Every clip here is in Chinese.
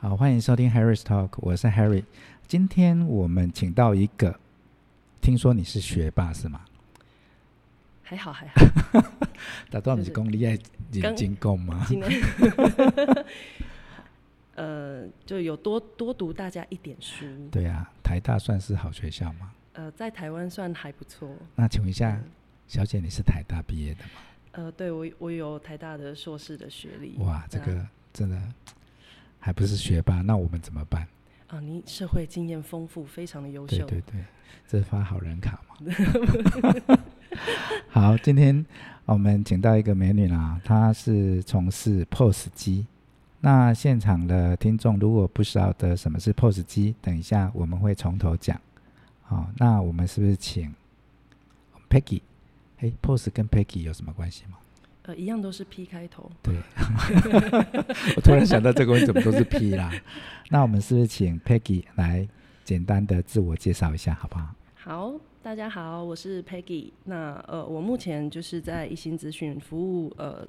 好，欢迎收听 Harry's Talk，我是 Harry。今天我们请到一个，听说你是学霸是吗？还好还好， 打断你是功力爱眼刚睛够吗？今天 呃就有多多读大家一点书，对啊，台大算是好学校吗？呃在台湾算还不错。那请问一下嗯，小姐，你是台大毕业的吗？呃，对我我有台大的硕士的学历。哇，这那个真的还不是学霸，那我们怎么办？啊，你社会经验丰富，非常的优对秀。对对，这是发好人卡嘛。 好，今天呃我们请到一个美女啦，她是从事 POS 机。那现场的听众如果不晓得什么是 POS 机，等一下我们会从头讲。好、那我们是不是请 Peggy？哎，POS 跟 Peggy 有什么关系吗？呃，一样都是 P 开头。对， 我突然想到这个问题怎么都是 P 啦。那我们是不是请 Peggy 来简单的自我介绍一下，好不好？好，大家好，我是 Peggy。那呃，我目前就是在一心资讯服务呃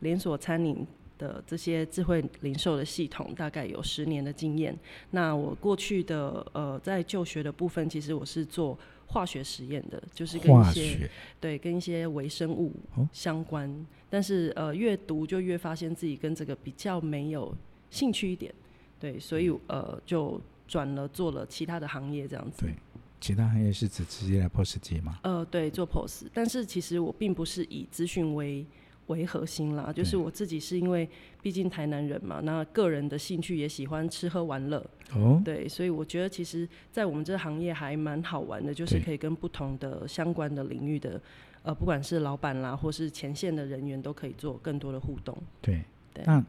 连锁餐饮的这些智慧零售的系统，大概有十年的经验。那我过去的呃在就学的部分，其实我是做化学实验的，就是跟一化些学。对跟一些微生物哦相关。但是呃越读就越发现自己跟这个比较没有兴趣一点，对，所以呃就转了做了其他的行业这样子。对其他行业是指直接来 POS 机吗？呃，对，做 POS，但是其实我并不是以资讯为为核心啦，就是对我自己是因为毕竟台南人嘛，那个人的兴趣也喜欢吃喝玩乐，哦，对，所以我觉得其实，在我们这行业还蛮好玩的，就是对可以跟不同的相关的领域的，呃，不管是老板啦，或是前线的人员，都可以做更多的互动。对。对那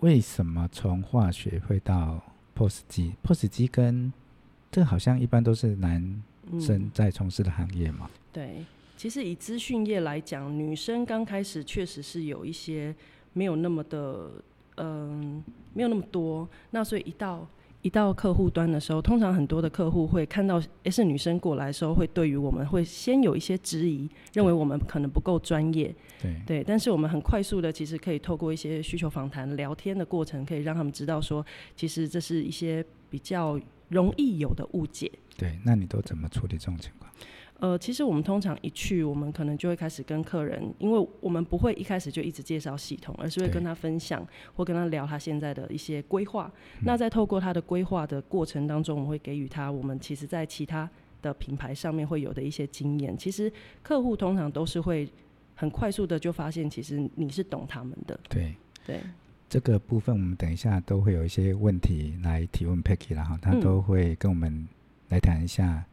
为什么从化学会到 POS 机？POS 机跟这好像一般都是男嗯，生在从事的行业嘛？对，其实以资讯业来讲，女生刚开始确实是有一些没有那么的，嗯，没有那么多。那所以一到一到客户端的时候，通常很多的客户会看到，诶，是女生过来的时候，会对于我们会先有一些质疑，认为我们可能不够专业。对对，但是我们很快速的，其实可以透过一些需求访谈、聊天的过程，可以让他们知道说，其实这是一些比较容易有的误解。对，那你都怎么处理这种情况？呃，其实我们通常一去，我们可能就会开始跟客人，因为我们不会一开始就一直介绍系统，而是会对跟他分享或跟他聊他现在的一些规划。那在透过他的规划的过程当中，我们会给予他我们其实在其他的品牌上面会有的一些经验。其实客户通常都是会很快速的就发现，其实你是懂他们的，对。对。这个部分我们等一下都会有一些问题来提问 Peggy 然后她嗯都会跟我们来谈一下，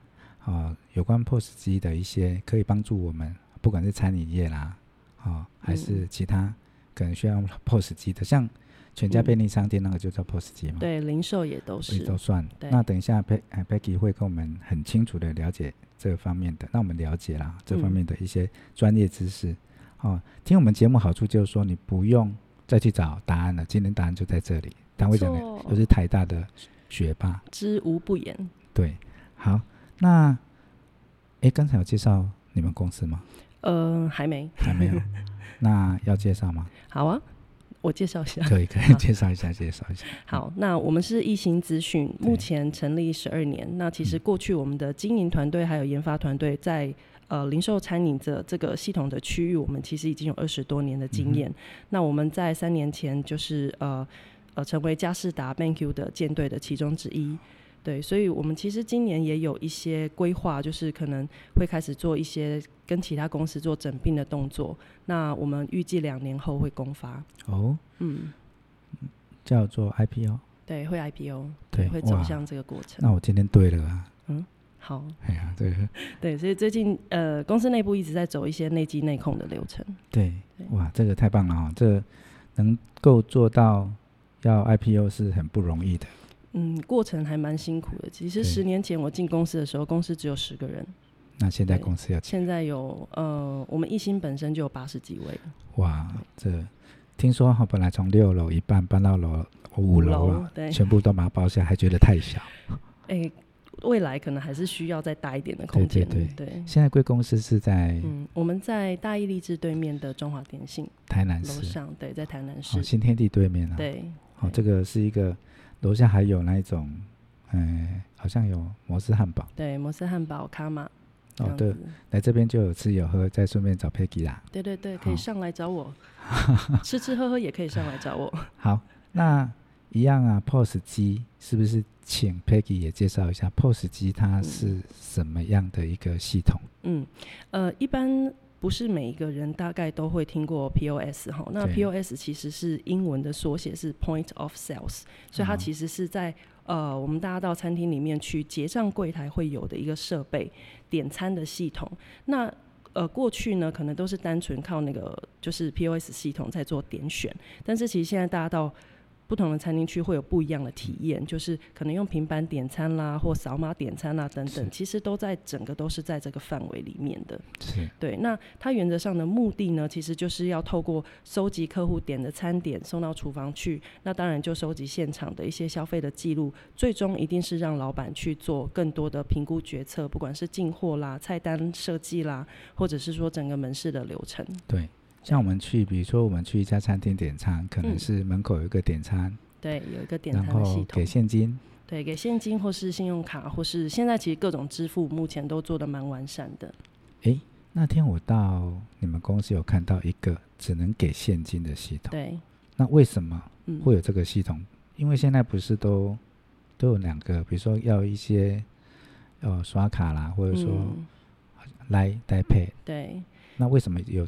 哦，有关 POS 机的一些可以帮助我们，不管是餐饮业啦，哦，还嗯是其他可能需要用 POS 机的，像全家嗯便利商店那个就叫 POS 机嘛，对，零售也都所以是都算。对那等一下 Pe g Peggy 会跟我们很清楚的了解这方面的，那我们了解嗯啦这方面的一些专业知识。哦，听我们节目好处就是说你不用再去找答案了，今天答案就在这里。单位讲的错就是台大的学霸，知无不言。对，好，那诶，刚才有介绍你们公司吗？呃，还没还 没有，那要介绍吗？好啊，我介绍一下。可以，可以介绍一下，介绍 一下。好，那我们是易行资讯，对目前成立十二年。那其实过去我们的经营团队还有研发团队在。呃，零售餐饮的这个系统的区域，我们其实已经有二十多年的经验。那我们在三年前就是呃呃成为佳士达 BenQ 的舰队的其中之一。对，所以我们其实今年也有一些规划，就是可能会开始做一些跟其他公司做整并的动作。那我们预计两年后会公发，哦，嗯，叫做 IPO，对，会 IPO。对，会走哇向这个过程。那我今天对了啊，好，哎呀，这个对，所以最近呃，公司内部一直在走一些内机内控的流程。对对，哇，这个太棒了哈、哦这能够做到要 IPO 是很不容易的。嗯，过程还蛮辛苦的。其实对十年前我进公司的时候，公司只有十个人，那现在对公司要现在有呃，我们一心本身就有八十几位，哇，这听说哈、本来从六楼一半搬到楼五楼啊，对，全部都把它包下，还觉得太小。哎，未来可能还是需要再大一点的空间。对对现在贵公司是在嗯，我们在大义励志对面的中华电信台南楼市，上，对，在台南哦，市，新天地对面啊。对，好、这个是一个楼下还有那一种，呃，好像有摩斯汉堡对，摩斯汉堡、卡玛，这哦样，对子，来这边就有吃有喝，再顺便找 Peggy 啦。对对对，可以好上来找我， 吃吃喝喝也可以上来找我。 好，那一样啊，POS 机是不是请 Peggy 也介绍一下 POS 机它是什么样的一个系统？嗯，呃，一般不是每一个人大概都会听过 POS 哈。那对 POS 其实是英文的缩写，是 Point of Sales，所以它嗯其实是在、呃我们大家到餐厅里面去结账柜台会有的一个设备，点餐的系统。那呃，过去呢，可能都是单纯靠那个就是 POS 系统在做点选，但是其实现在大家到不同的餐厅区会有不一样的体验，就是可能用平板点餐啦，或扫码点餐啦等是等，其实都在整个都是在这个范围里面的。是对，那它原则上的目的呢，其实就是要透过收集客户点的餐点送到厨房去，那当然就收集现场的一些消费的记录，最终一定是让老板去做更多的评估决策，不管是进货啦、菜单设计啦，或者是说整个门市的流程。对。像我们去，比如说我们去一家餐厅点餐，可能嗯是门口有一个点餐，对，有一个点然餐的后系给统，现金，对，给现金或是信用卡，或是现在其实各种支付目前都做的蛮完善的。诶，那天我到你们公司有看到一个只能给现金的系统，对，那为什么嗯，会有这个系统？因为现在不是都都有两个，比如说要一些呃刷卡啦，或者说嗯来来 pay，、对。那为什么有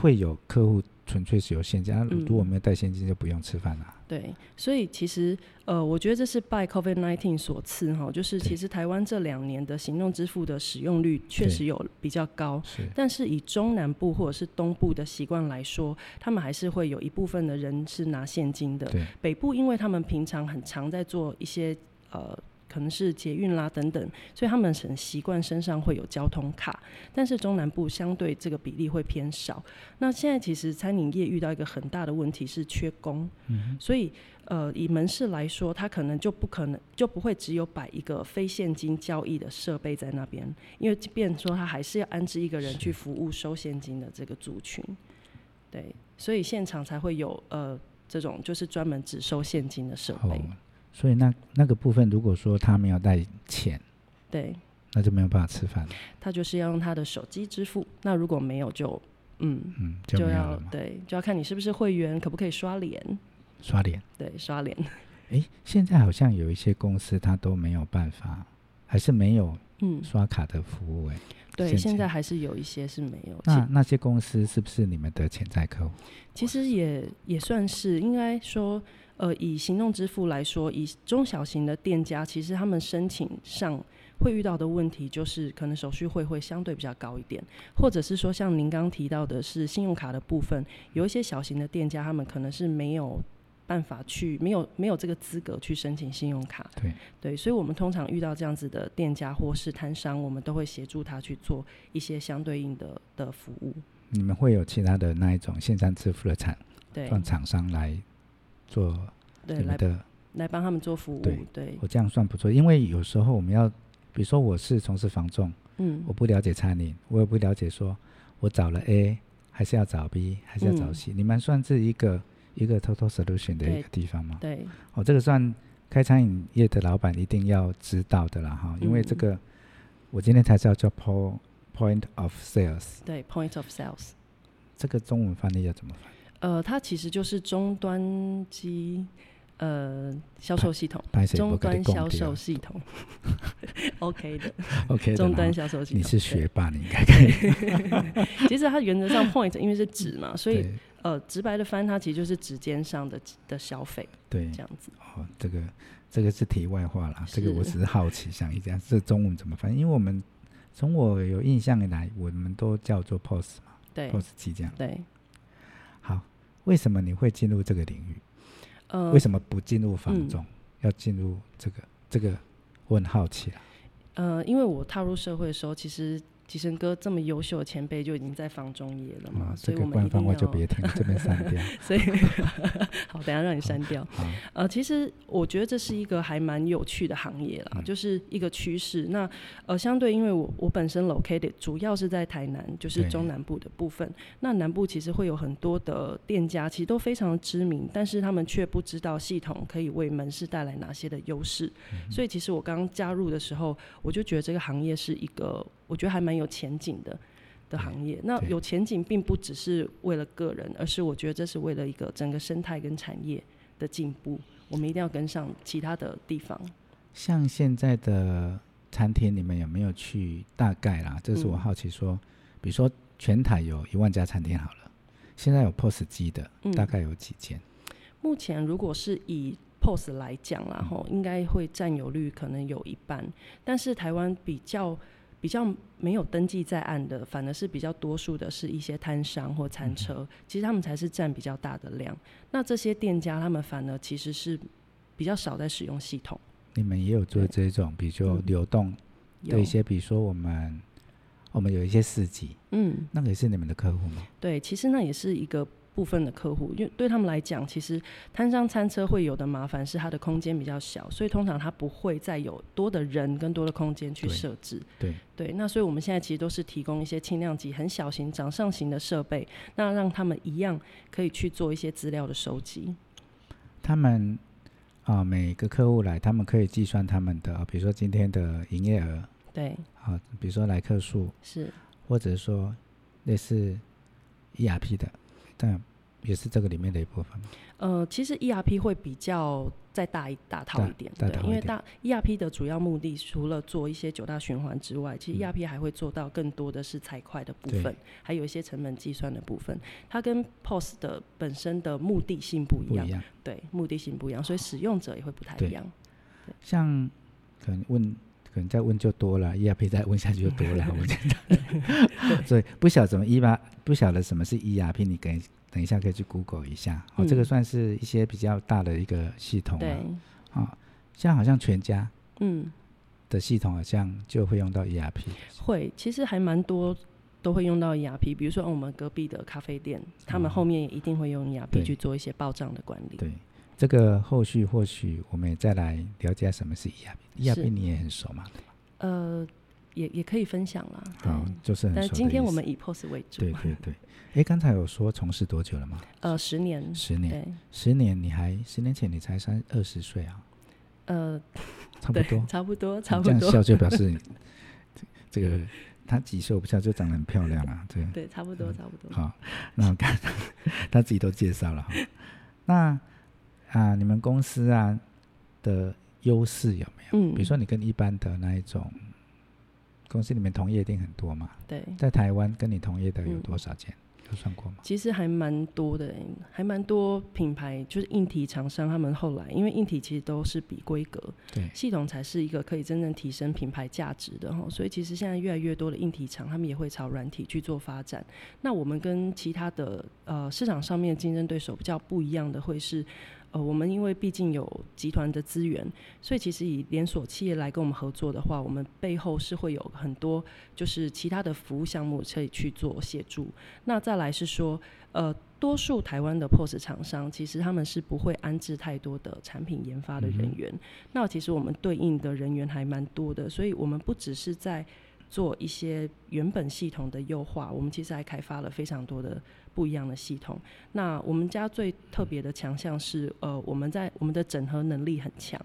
会有客户纯粹是有现金？那嗯如果没有带现金就不用吃饭啦。对，所以其实呃，我觉得这是拜 COVID nineteen 所赐哈，就是对其实台湾这两年的行动支付的使用率确实有比较高。是但是以中南部或者是东部的习惯来说，他们还是会有一部分的人是拿现金的。对北部因为他们平常很常在做一些呃。可能是捷运啦等等，所以他们很习惯身上会有交通卡，但是中南部相对这个比例会偏少。那现在其实餐饮业遇到一个很大的问题是缺工，所以呃以门市来说，它可能就不可能就不会只有摆一个非现金交易的设备在那边，因为即便说它还是要安置一个人是去服务收现金的这个族群，对，所以现场才会有呃这种就是专门只收现金的设备哦，，所以那那个部分如果说他没有带钱，对，那就没有办法吃饭了，他就是要用他的手机支付，那如果没有就嗯嗯，就没有要了嘛。对就要看你是不是会员，可不可以刷脸，刷脸。对，刷脸，诶，现在好像有一些公司它都没有办法，还是没有嗯，刷卡的服务诶，对，现现金在还是有一嗯些是没有，其那那些公司是不是你们的潜在客户？其实也也算是，应该说，呃，以行动支付来说，以中小型的店家，其实他们申请上会遇到的问题，就是可能手续费会相对比较高一点，或者是说像您刚提到的是信用卡的部分，有一些小型的店家，他们可能是没有。办法去没有没有这个资格去申请信用卡，对，对，所以我们通常遇到这样子的店家或是摊商，我们都会协助他去做一些相对应的的服务。你们会有其他的那一种线上支付的厂对让厂商来做对，你们来的来帮他们做服务，对对我这样算不错，因为有时候我们要，比如说我是从事房仲，嗯我不了解餐饮，我也不了解说我找了 A 还是要找 B 还是要找嗯 C，、你们算是一个一个 total solution 的一对个地方吗？对哦，这个算开餐饮业的老板一定要知道的啦哈，因为这嗯个、我今天才知道叫 po- point of sales，对，point of sales，这个中文翻译要怎么翻？呃，它其实就是终端机呃销售系统，拍谁终不给端你销供售系统 ，OK 的， ，OK 的终端啦。销售系统。你是对学霸，你应该可以。其实它原则上 point 因为是指嘛，所以对呃直白的翻它其实就是指尖上的的消费对这，样子。哦，这个这个是题外话啦，这个我是只是好奇，想一下这中文怎么翻？因为我们从我有印象以来，我们都叫做 POS 嘛对，POS 机这样。对，好，为什么你会进入这个领域？呃为，什么不进入房嗯中，要进入这个这个？我很好奇啦。呃，因为我踏入社会的时候，其实吉生哥这么优秀的前辈就已经在房中业了嘛，啊，嗯所这以个我们官一方定话要就别听，这边删掉。 所以好，等一下让你删掉。好，呃，其实我觉得这是一个还蛮有趣的行业嗯啦，就是一个趋势。那呃，相对因为我我本身 located 主要是在台南，就是对中南部的部分。那南部其实会有很多的店家，其实都非常知名，但是他们却不知道系统可以为门市带来哪些的优势。嗯所以其实我刚加入的时候，我就觉得这个行业是一个我觉得还蛮有前景的。的行业，那嗯对有前景并不只是为了个人，而是我觉得这是为了一个整个生态跟产业的进步，我们一定要跟上其他的地方。像现在的餐厅，你们有没有去大概啦？这是我嗯好奇说，比如说全台有一万家餐厅好了，现在有 POS 机的，嗯大概有几间？目前如果是以 POS 来讲嗯啦，然后应该会占有率可能有一半，但是台湾比较比较没有登记在案的，反而是比较多数的是一些摊商或嗯餐车，其实他们才是占比较大的量。那这些店家他们反而其实是比较少在使用系统，你们也有做这种，比如说嗯流动有的一些，比如说我们我们有一些市集，嗯。那个也是你们的客户吗？对，其实那也是一个部分的客户，因为对他们来讲，其实摊商餐车会有的麻烦是它的空间比较小，所以通常它不会再有多的人跟多的空间去对设置。对，对，那所以我们现在其实都是提供一些轻量级、很小型、掌上型的设备，那让他们一样可以去做一些资料的收集。他们啊、每个客户来，他们可以计算他们的，啊比如说今天的营业额对，啊、比如说来客数，是，或者说类似 ERP 的，但也是这个里面的一部分嘛。呃，其实 ERP 会比较再大一大套大一点，大对套，因一为点大 ERP 的主要目的除了做一些九大循环之外，其实 ERP 还会做到更多的是财会的部嗯对分，还有一些成本计算的部分。它跟 POS 的本身的目的性不一不样，一样。对，目的性不一样，所以使用者也会不太对一样。像可能问，可能再问就多了，ERP 再问下去就多 了，我觉得。所以不晓得怎么 E 吧，不晓得什么是 ERP，你等等一下可以去 Google 一下。哦，这个嗯算是一些比较大的一个系统了、对啊。，像好像全家嗯，的系统好像就会用到 E ERP。会，其实还蛮多都会用到 ERP，比如说哦我们隔壁的咖啡店，他们哦后面也一定会用 ERP 对去做一些报账的管理。对，这个后续或许我们也再来了解什么是 E ERP。是 ERP 你也很熟嘛？呃，也也可以分享啦。对好，就是很熟但的意思。是嗯今天我们以 POS 为主，对对对。哎，刚才有说从事多久了吗？呃，十年，十年。对，十年，你还十年前你才三二十岁啊，呃，差不对多，。差不多，差你不这样多，笑 就表示你这这个他几岁我不知道，就长得很漂亮啊，对。对，差不多，差不多。好，那我看他自己都介绍了哈。那啊，你们公司啊的优势有没有？嗯，比如说你跟一般的那一种公司里面同业一定很多嘛，对，在台湾跟你同业的有嗯多少间？有算过吗？其实还蛮多的欸，还蛮多品牌就是硬体厂商，他们后来因为硬体其实都是比规格，对，系统才是一个可以真正提升品牌价值的哈，所以其实现在越来越多的硬体厂，他们也会朝软体去做发展。那我们跟其他的呃市场上面竞争对手比较不一样的，会是呃我们因为毕竟有集团的资源，所以其实以连锁企业来跟我们合作的话，我们背后是会有很多就是其他的服务项目可以去做协助。那再来是说呃。多数台湾的 POS 厂商，其实他们是不会安置太多的产品研发的人员，那其实我们对应的人员还蛮多的，所以我们不只是在做一些原本系统的优化，我们其实还开发了非常多的不一样的系统。那我们家最特别的强项是，呃，我们在我们的整合能力很强，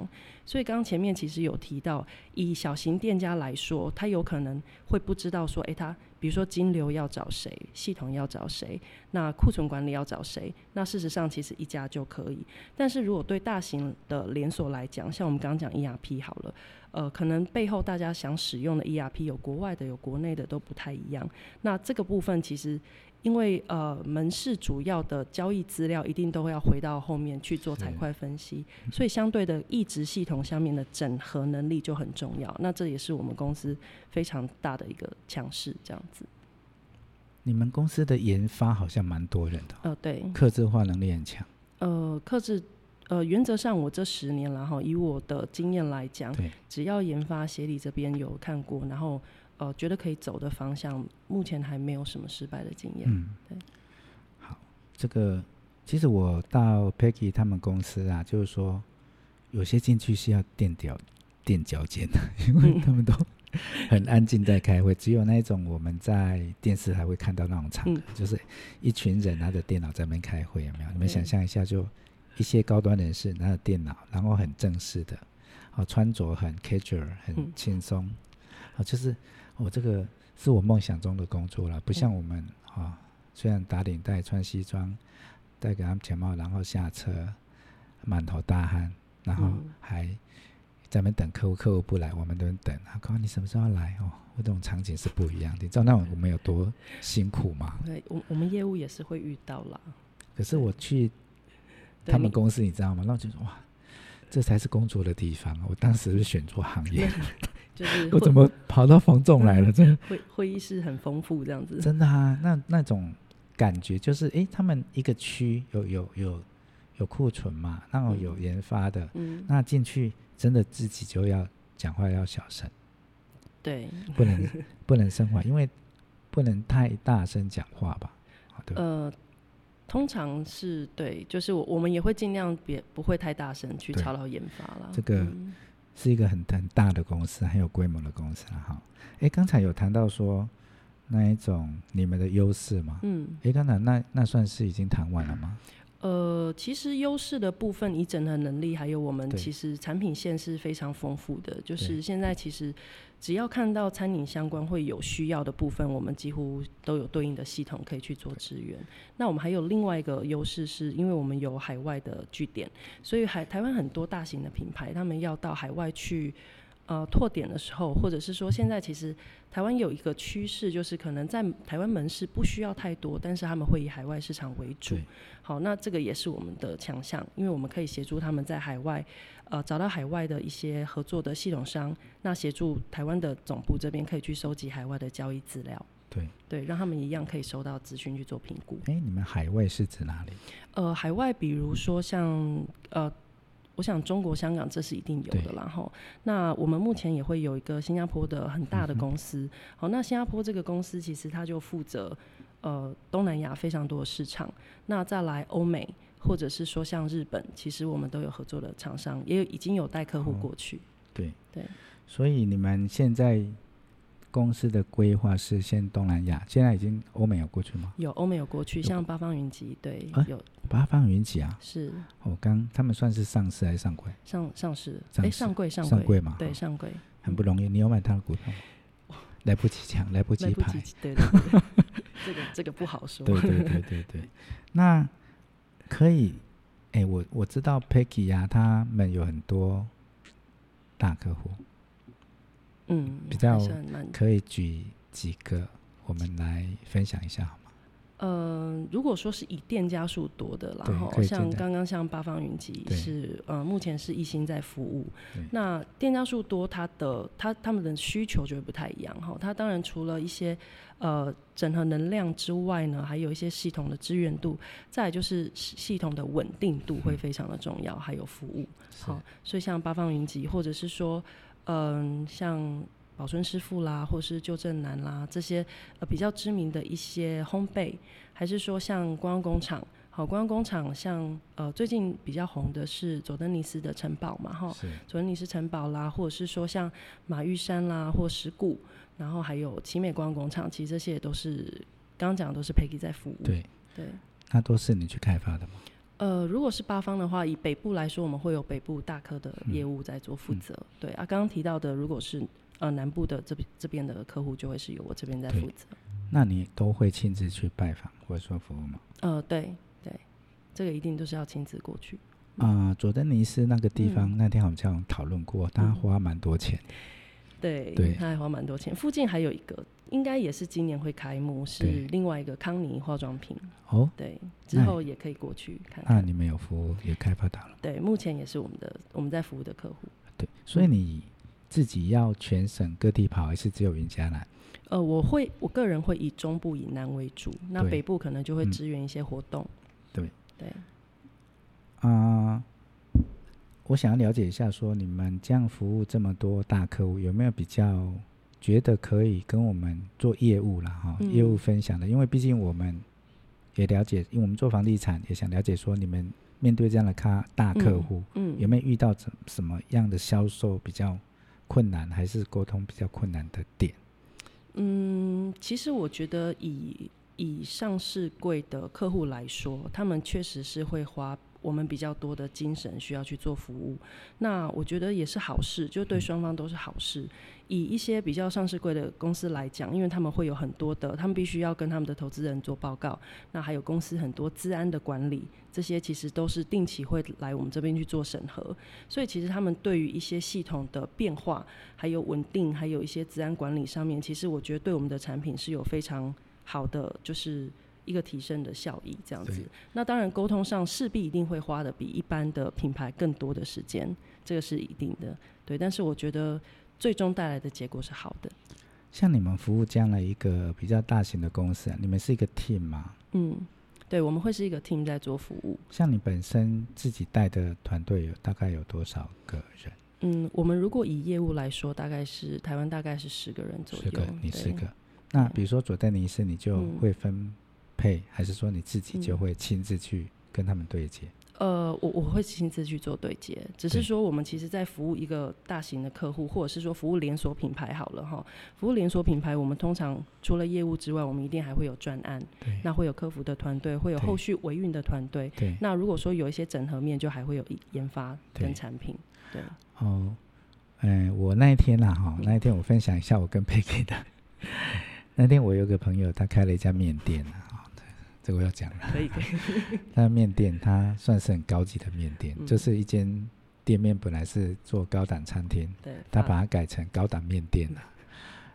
所以刚刚前面其实有提到，以小型店家来说，他有可能会不知道说，诶，他比如说金流要找谁，系统要找谁，那库存管理要找谁，那事实上其实一家就可以。但是如果对大型的连锁来讲，像我们刚刚讲 ERP 好了，呃，可能背后大家想使用的 ERP 有国外的，有国内的都不太一样。那这个部分其实。因为呃，门市主要的交易资料一定都会要回到后面去做财会分析，所以相对的一值系统下面的整合能力就很重要。那这也是我们公司非常大的一个强势，这样子。你们公司的研发好像蛮多人的哦，呃，对，客制化能力很强。呃，克制，呃，原则上我这十年然后以我的经验来讲对，只要研发协理这边有看过，然后呃觉得可以走的方向，目前还没有什么失败的经验。嗯，对。好，这个其实我到 Peggy 他们公司啊，就是说有些进去是要垫脚垫脚尖的，因嗯为他们都很安静在开会，只有那一种我们在电视还会看到那种场嗯合，就是一群人拿着电脑在那边开会，有没有？你们对想象一下，就一些高端人士拿着电脑，然后很正式的，哦，穿着很 casual，很嗯轻松，哦，就是我、这个是我梦想中的工作嗯了，不像我们啊、哦虽然打领带、穿西装、戴个安全帽，然后下车满头大汗，然后嗯还在那边等客户，客户不来，我们都在等。他告诉你什么时候要来哦，我这种场景是不一样的。你知道那种我们有多辛苦吗？对，我我们业务也是会遇到啦。可是我去对他们你公司，你知道吗？那我就说哇，这才是工作的地方啊。我当时是选错行 业，就是我会怎么跑到房仲来了？真的会会议室很丰富这样子。真的啊，那那种感觉就是，诶，他们一个区有有有有库存嘛，然后有研发的，嗯，那进去真的自己就要讲话要小声，对，不能 不能升华，因为不能太大声讲话吧，啊对吧，呃，通常是对，就是我我们也会尽量别不会太大声去对吵到研发啦。这个嗯是一个很很大的公司，很有规模的公司啊哈。诶，刚才有谈到说那一种你们的优势嘛，嗯诶，刚才那那算是已经谈完了吗？呃，其实优势的部分，以整合能力，还有我们对其实产品线是非常丰富的。对就是现在其实只要看到餐饮相关会有需要的部分，我们几乎都有对应的系统可以去做支援。那我们还有另外一个优势，是因为我们有海外的据点，所以海台湾很多大型的品牌，他们要到海外去。呃，拓点的时候，或者是说，现在其实台湾有一个趋势，就是可能在台湾门市不需要太多，但是他们会以海外市场为主对。好，那这个也是我们的强项，因为我们可以协助他们在海外，呃，找到海外的一些合作的系统商，那协助台湾的总部这边可以去收集海外的交易资料，对，对，让他们一样可以收到资讯去做评估。诶，你们海外是指哪里？呃，海外比如说像呃，我想中国、香港这是一定有的对啦，然后那我们目前也会有一个新加坡的很嗯大的公司，好，那新加坡这个公司其实它就负责呃东南亚非常多的市场，那再来欧美。或者是说像日本，其实我们都有合作的厂商，也有已经有带客户哦过去。对对，所以你们现在公司的规划是先东南亚，现在已经欧美有过去吗？有欧美有过去，有像八方云集，对，哎有八方云集啊，是我、刚他们算是上市还是上柜？上上市，上哎，市上柜上上柜嘛对哈上柜，很不容易，你有买他的股票吗？来不及讲，来不及来不排。及，对对对， 这个这个不好说。对对 对对对，那可以，哎，我我知道 Peggy 呀、他们有很多大客户，嗯，比较还算蛮可以举几个，我们来分享一下好吗？呃，如果说是以店家数多的啦，对然后可以像简单刚刚像八方云集对是呃，目前是一心在服务对。那店家数多，它的它他们的需求就会不太一样哈。它当然除了一些呃整合能量之外呢，还有一些系统的支援度，再来就是系系统的稳定度嗯会非常的重要，还有服务。好，所以像八方云集，或者是说，嗯，像宝春师傅啦，或是旧正南啦，这些呃比较知名的一些烘焙，还是说像观光工厂。好，观光工厂像呃最近比较红的是佐登尼斯的城堡嘛，哈，是佐登尼斯城堡啦，或者是说像马玉山啦，或石鼓，然后还有奇美观光工厂，其实这些也都是刚刚讲的都是 Peggy 在服务。对，对，那都是你去开发的吗？呃，如果是八方的话，以北部来说，我们会有北部大科的业务在做嗯负责。对啊，刚刚提到的，如果是呃南部的这边这边的客户，就会是由我这边在对负责。那你都会亲自去拜访或者说服务吗？呃，对对，这个一定都是要亲自过去。啊、佐登尼斯那个地方，那天好像有讨论过，他嗯花蛮多钱。对，对他还花蛮多钱。附近还有一个，应该也是今年会开幕，是对另外一个康妮化妆品。哦，对，之那后也可以过去看那看。你们有服务也开发到了，对，目前也是我们的我们在服务的客户。对，所以你自己要全省各地跑，还是只有云嘉南？呃，我会我个人会以中部以南为主，那对北部可能就会嗯支援一些活动。对对。啊、我想要了解一下，说你们这样服务这么多大客户，有没有比较觉得可以跟我们做业务了哈、嗯业务分享的，因为毕竟我们也了解，因为我们做房地产也想了解说你们面对这样的咖大客户，嗯，有没有遇到怎什么样的销售比较困难，还是沟通比较困难的点？嗯，其实我觉得以以上市柜的客户来说，他们确实是会花我们比较多的精神需要去做服务。那我觉得也是好事，就对双方都是好事。以一些比较上市柜的公司来讲，因为他们会有很多的，他们必须要跟他们的投资人做报告，那还有公司很多治安的管理，这些其实都是定期会来我们这边去做审核。所以其实他们对于一些系统的变化，还有稳定，还有一些治安管理上面，其实我觉得对我们的产品是有非常好的，就是一个提升的效益这样子对。那当然，沟通上势必一定会花的比一般的品牌更多的时间，这个是一定的。对，但是我觉得最终带来的结果是好的。像你们服务这样的一个比较大型的公司、啊，你们是一个 team 嘛？嗯，对，我们会是一个 team 在做服务。像你本身自己带的团队有大概有多少个人？嗯，我们如果以业务来说，大概是台湾大概是十个人左右，十个，你对十个。那比如说佐丹尼斯，你就嗯会分配，还是说你自己就嗯会亲自去跟他们对接？呃，我我会亲自去做对接，只对是说我们其实在服务一个大型的客户，或者是说服务连锁品牌好了哈。服务连锁品牌，我们通常除了业务之外，我们一定还会有专案，对那会有客服的团队，会有对后续维运的团队。对那如果说有一些整合面，就还会有研发对跟产品。对，哦，嗯、我那一天啦、哈，那一天我分享一下我跟佩佩的。 那天我有个朋友，他开了一家面店啊，哦这这个我要讲了。可以可以。他的面店，他算是很高级的面店，嗯就是一间店面本来是做高档餐厅，对，他啊把它改成高档面店了。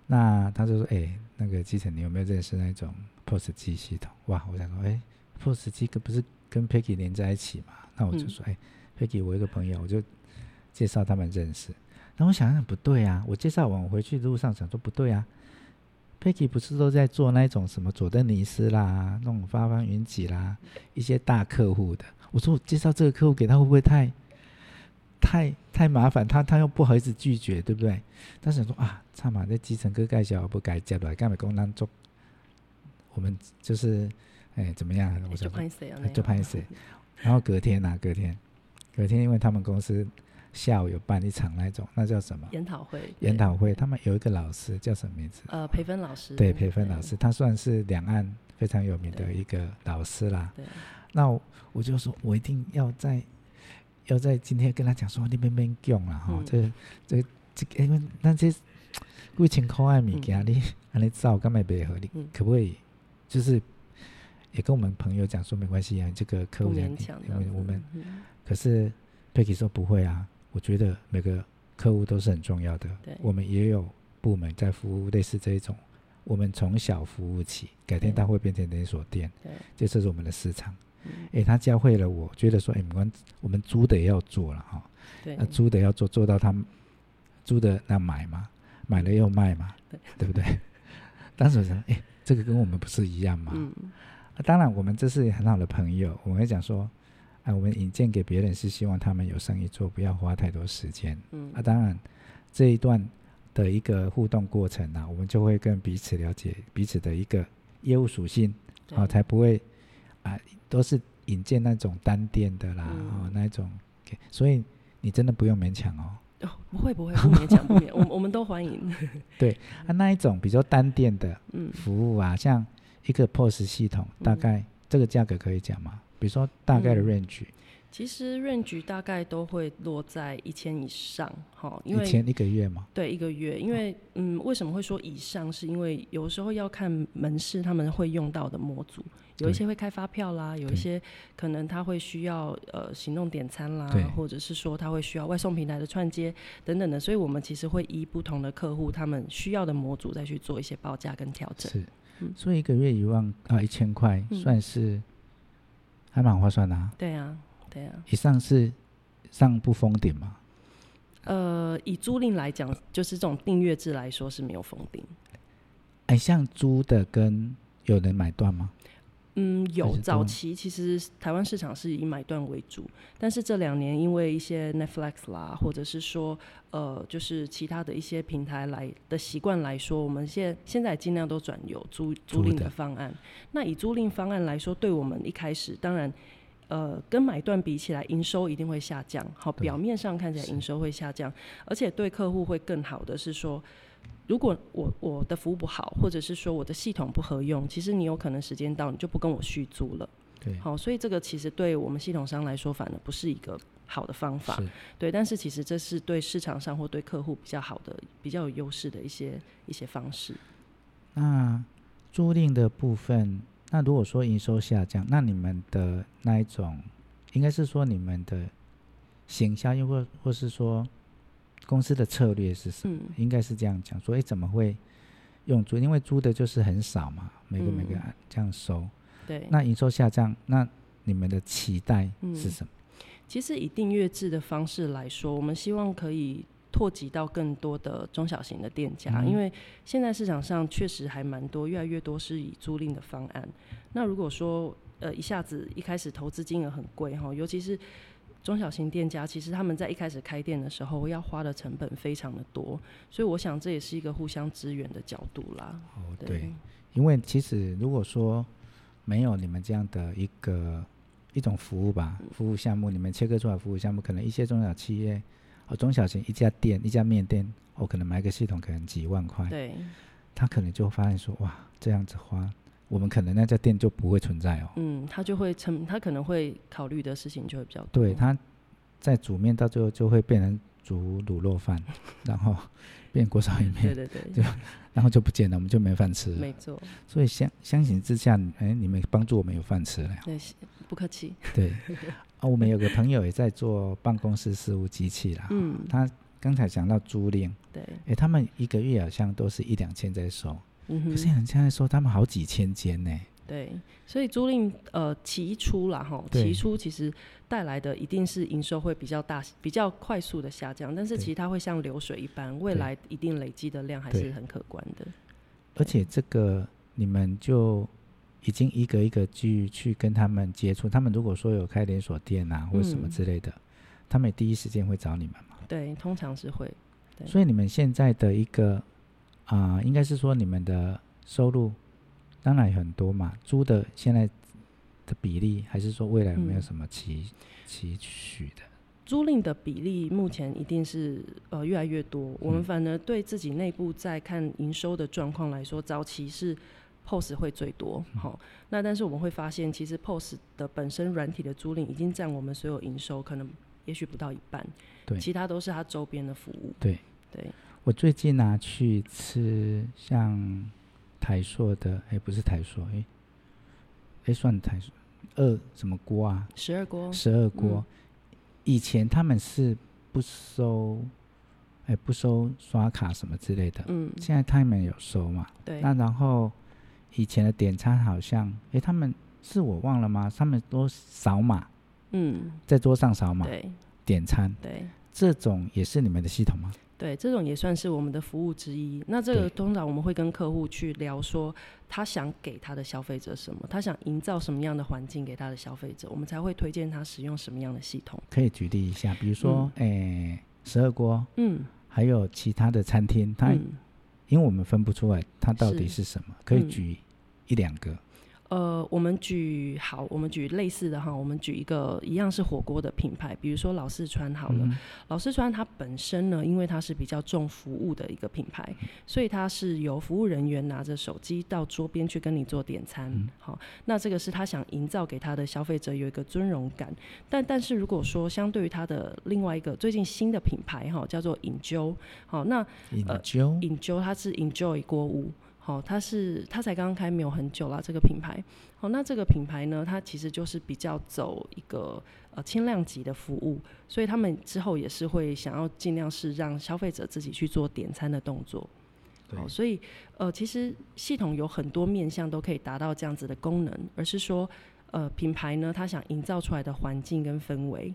那他就说：“哎、那个基层，你有没有认识那种 POS 机系统？”哇，我想说：“哎、p o s 机跟不是跟 Peggy 连在一起嘛？”那我就嗯说：“哎、p e g g y 我有一个朋友，我就介绍他们认识。”那我想想不对啊，我介绍完我回去路上想说不对啊，Peggy 不是都在做那种什么佐登尼斯啦，那种发方云集啦，一些大客户的。我说我介绍这个客户给他会不会太太太麻烦？他他又不好意思拒绝，对不对？但是想说啊，差嘛，这基层哥盖小不该接来，干嘛工当做我们就是哎怎么样？我就想说拍谁啊？就拍谁。然后隔天呐、啊，隔天隔天，因为他们公司下午有办一场那种，那叫什么？研讨会，研对讨会，他们有一个老师叫什么名字？呃，培芬老师，对，培芬老师，他算是两岸非常有名的一个老师啦。对，那我我就说，我一定要在要在今天跟他讲说，你别别用了哈，嗯这这这个，因为那这几千块的物件，嗯你安尼造干嘛不合理？嗯可不可以就是也跟我们朋友讲说没关系啊，这个客不户讲勉强这我样们子。我们嗯可是佩奇说不会啊，我觉得每个客户都是很重要的对。我们也有部门在服务类似这一种，我们从小服务起，改天对它会变成连锁店，对，这就是我们的市场。嗯诶，他教会了我，觉得说，诶，我们我们租的也要做了哈、对那，租的要做做到他们租的那买嘛，买了又卖嘛，对对不对？ 当时我想，诶，这个跟我们不是一样吗？嗯，啊当然，我们这是很好的朋友，我们会讲说，啊，我们引荐给别人是希望他们有生意做，不要花太多时间。嗯啊，当然这一段的一个互动过程啊，我们就会更彼此了解彼此的一个业务属性，啊，对才不会啊都是引荐那种单店的啦，嗯哦那一种给，所以你真的不用勉强哦。哦，不会不会，不勉强不勉，我我们都欢迎。 啊，那一种比较单店的嗯，服务啊，像一个 POS 系统，大嗯概、这个价格可以讲吗？比如说大概的嗯 range，、其实 range 大概都会落在一千以上，哈，因一为千一个月嘛，对一个月，因为嗯，为什么会说以上？是因为有时候要看门市他们会用到的模组，有对一些会开发票啦，有对一些可能他会需要呃行动点餐啦对，或者是说他会需要外送平台的串接等等的，所以我们其实会依不同的客户他们需要的模组再去做一些报价跟调整。是，嗯所以一个月一万啊一千块，嗯算是还蛮划算的、啊。对啊，对啊。以上是上不封顶嘛，呃，以租赁来讲，就是这种订阅制来说是没有封顶。哎，像租的跟有人买断吗？嗯，还有是多早期其实台湾市场是以买断为主，但是这两年因为一些 Netflix 啦，或者是说呃，就是其他的一些平台来的习惯来说，我们现现在尽量都转有租租租赁的的方案。那以租赁方案来说，对我们一开始当然。呃，跟买断比起来，营收一定会下降。好，对表面上看起来是营收会下降，而且对客户会更好的是说，如果我我的服务不好，或者是说我的系统不合用，其实你有可能时间到你就不跟我续租了。对，好，所以这个其实对我们系统商来说，反而不是一个好的方法。是对，但是其实这是对市场上或对客户比较好的、比较有优势的一些一些方式。那租赁的部分，那如果说营收下降，那你们的那一种，应该是说你们的行销，又或或是说公司的策略是什么？嗯，应该是这样讲，说哎怎么会用租？因为租的就是很少嘛，每个每个嗯按这样收。对。那营收下降，那你们的期待是嗯什么？其实以订阅制的方式来说，我们希望可以拓及到更多的中小型的店家，嗯因为现在市场上确实还蛮多，越来越多是以租赁的方案。那如果说呃一下子一开始投资金额很贵哈，尤其是中小型店家，其实他们在一开始开店的时候要花的成本非常的多，所以我想这也是一个互相支援的角度啦。哦对，因为其实如果说没有你们这样的一个一种服务嗯吧，服务项目，你们切割出来服务项目，可能一些中小企业哦，中小型一家店一家面店，哦，可能买个系统可能几万块，对，他可能就发现说哇，这样子花，我们可能那家店就不会存在哦。嗯，他就会成，他可能会考虑的事情就会比较多。对，他在煮面到最后就会变成煮卤肉饭， 然后变锅烧意对面，对对， 就然后就不见了，我们就没饭吃了。没错。所以相相形之下，哎，你们帮助我们有饭吃了。对，是不客气。对，啊，我们有个朋友也在做办公室事务机器啦。嗯，他刚才讲到租赁，对，哎，他们一个月好像都是一两千在收，嗯可是哼，人家在收他们好几千间呢。对，所以租赁呃起初啦哈，对起初其实带来的一定是营收会比较大、比较快速的下降，但是对其实它会像流水一般，未对来一定累积的量还对是很可观的。而且这个你们就已经一个一个去去跟他们接触，他们如果说有开连锁店啊或者什么嗯之类的，他们也第一时间会找你们嘛。对，通常是会。对所以你们现在的一个啊、应该是说你们的收入当然有很多嘛，租的现在的比例，还是说未来有没有嗯什么期、期许的？租赁的比例目前一定是呃越来越多。我嗯们反而对自己内部在看营收的状况来说，早期是 POS 会最多，嗯好、那但是我们会发现，其实 POS 的本身软体的租赁已经占我们所有营收可能也许不到一半，对其他都是它周边的服务，对对，我最近呢、去吃像台塑的，哎，不是台塑，哎，哎，算台塑二什么锅啊？十二锅，十二嗯锅，以前他们是不收，哎，不收刷卡什么之类的，嗯，现在他们有收嘛？对，那然后以前的点餐好像，诶，他们是我忘了吗？他们都扫码，嗯，在桌上扫码对点餐，对。这种也是你们的系统吗？对，这种也算是我们的服务之一。那这个对通常我们会跟客户去聊说，他想给他的消费者什么，他想营造什么样的环境给他的消费者，我们才会推荐他使用什么样的系统。可以举例一下，比如说，诶，十二锅，嗯，还有其他的餐厅，它、嗯因为我们分不出来它到底是是什么，可以嗯举一两个。呃，我们举好，我们举类似的哈，我们举一个一样是火锅的品牌，比如说老四川好了。嗯老四川它本身呢，因为它是比较重服务的一个品牌，所以它是由服务人员拿着手机到桌边去跟你做点餐。好，那这个是他想营造给他的消费者有一个尊荣感。但但是如果说相对于它的另外一个最近新的品牌哈，叫做饮灸，好，那饮呃酒，引咎，它是 Enjoy 锅屋。好、它是它才刚刚开没有很久啦，这个品牌。好、那这个品牌呢，它其实就是比较走一个呃轻量级的服务，所以他们之后也是会想要尽量是让消费者自己去做点餐的动作。对好、所以呃，其实系统有很多面向都可以达到这样子的功能，而是说呃，品牌呢，它想营造出来的环境跟氛围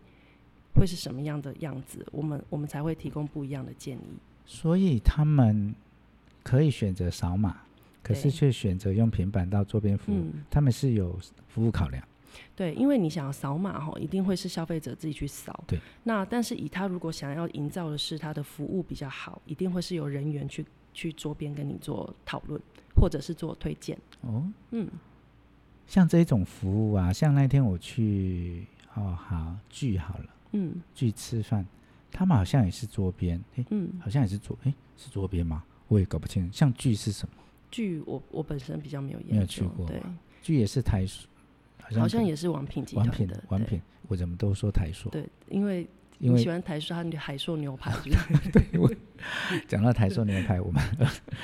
会是什么样的样子，我们我们才会提供不一样的建议。所以他们可以选择扫码，可是却选择用平板到桌边服务，嗯，他们是有服务考量。对，因为你想要扫码哈，一定会是消费者自己去扫。对。那但是以他如果想要营造的是他的服务比较好，一定会是有人员去去桌边跟你做讨论，或者是做推荐。哦，嗯，像这种服务啊，像那天我去哦好聚好了嗯聚吃饭，他们好像也是桌边，诶，嗯，好像也是桌，诶，是桌边吗？我也搞不清楚。像聚是什么？据我我本身比较没有研究，没有去过对，聚也是台塑，好像好像跟也是王品集王团品的王品，我怎么都说台塑，对，对，因为因你喜为欢台式它的海硕牛 排，是不是？讲到台塑牛排，我们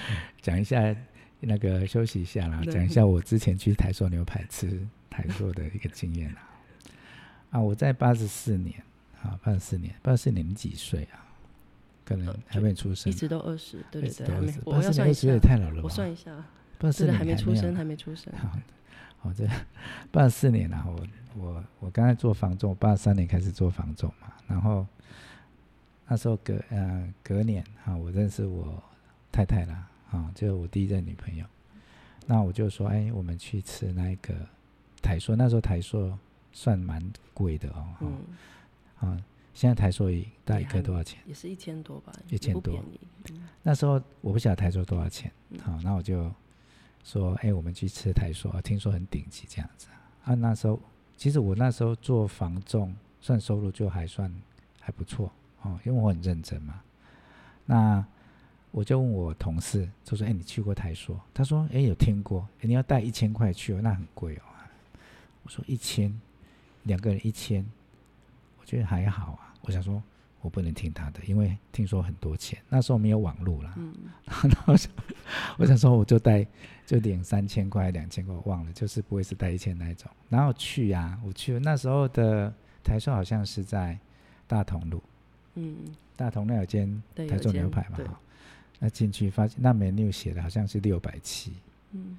讲一下那个休息一下啦，对讲一下我之前去台塑牛排吃台塑的一个经验啊。啊，我在八十四年啊，八十四年，八十四年你几岁啊？可能呃还没出生一，直都二十，对对对，还没，八我十要四年算一二十下岁也，太老了吧？我算一下，八十四对的，年还没出有生，还没出生，好，好，这 八四年啊，我我我刚才做房仲，八三年开始做房仲嘛，然后那时候隔呃隔年啊，我认识我太太啦，啊，就是我第一任女朋友，那我就说，哎，我们去吃那个台塑，那时候台塑算蛮贵的哦，嗯，啊，啊现在台塑一大概一也还个多少钱？也是一千多吧，一千也不多便宜，嗯那时候我不晓得台塑多少钱，嗯好、那我就说，哎、我们去吃台塑，听说很顶级这样子啊。啊，那时候其实我那时候做房仲，算收入就还算还不错哦，因为我很认真嘛。那我就问我同事，就说，哎、你去过台塑？他说，哎、有听过，哎你要带一千块去哦，那很贵哦。我说一千，两个人一千，我觉得还好啊。我想说，我不能听他的，因为听说很多钱，那时候没有网络啦。嗯，然后我想，我想说我就带就领三千块、两千块，我忘了，就是不会是带一千那一种。然后去啊，我去那时候的台塑好像是在大同路，嗯，大同那有间对，台有中牛间排嘛对，，哈那进去发现那 menu 写的好像是六百七，嗯，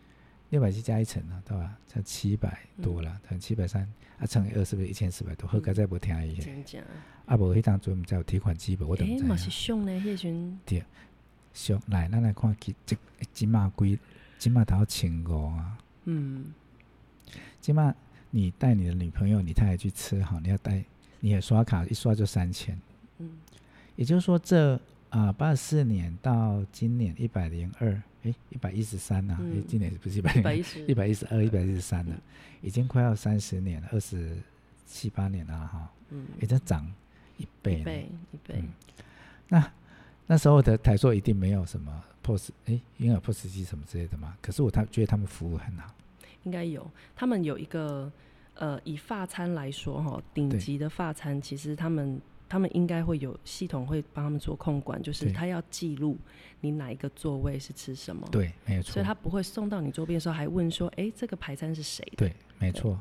六百七加一层啊，对吧？才七百多了，可能七百三啊，乘以二是不是一千四百多？合格再不听伊真假？啊，无迄当阵毋知有提款机无，我都毋哎，知啊嘛影。是凶呢，叶群，俗来，咱来看起即即马几即马头千五啊！嗯，即马你带你的女朋友、你太太去吃好，你要带你也刷卡一刷就三千，嗯，也就是说这啊八四年到今年一百零二，诶一百一十三呐，嗯诶今年不是一百一百零一 十，一百一十二、一百一十三了嗯，已经快要三十年了，二十七八年了哈，嗯，也在涨一倍一呢。倍一倍嗯，那那时候的台塑一定没有什么 POS，哎，婴儿 POS 机什么之类的嘛。可是我他觉得他们服务很好，应该有，他们有一个呃，以法餐来说哈，顶对级的法餐其实他们。他们应该会有系统会帮他们做控管，就是对他要记录你哪一个座位是吃什么，对，没有错所以，他不会送到你桌边的时候还问说：“哎、这个排餐是谁的对，没错。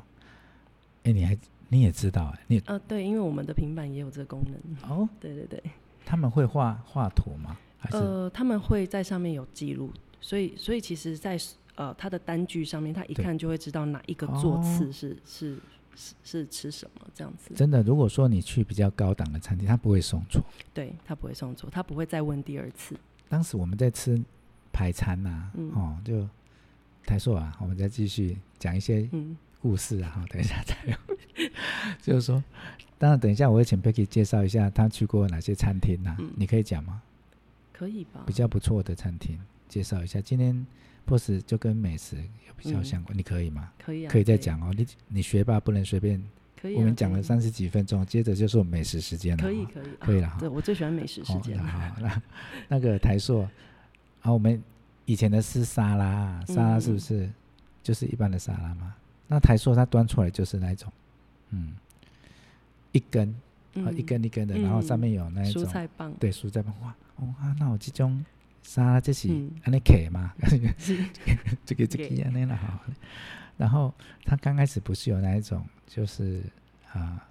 哎，你还你也知道，啊你也？”呃，对，因为我们的平板也有这个功能。哦，对对对，他们会画画图吗？还是、呃，他们会在上面有记录，所以所以其实在，呃他的单据上面，他一对哦看就会知道哪一个座次是、是是是吃什么这样子。真的？如果说你去比较高档的餐厅，他不会送错。对他不会送错，他不会再问第二次。当时我们在吃排餐呐、嗯哦，就台塑啊，我们再继续讲一些嗯故事啊，哈，等一下再聊。 就是说，当然等一下我会请 Becky 介绍一下他去过哪些餐厅啊，嗯你可以讲吗？可以吧？比较不错的餐厅介绍一下。今天 Boss 就跟美食有比嗯较相关，你可以吗？可以啊，可以再，讲哦，你你学霸不能随便。可以啊、我们讲了可以三十几分钟，接着就是我们美食时间了哈。可以可以啊可以了哈对，我最喜欢美食时间哦、了。好，那那个台塑，啊，我们以前的是沙拉，啊沙拉是不嗯是、就是一般的沙拉嘛？那台塑它端出来就是那一种，嗯，一根啊、一根一根的，然后上嗯面有那一种蔬菜棒，对蔬菜棒，哇，哦啊，那我这种沙拉这是嗯安尼刻嘛， 是这个这个对安尼啦哈。然后它刚开始不是有那一种就是啊、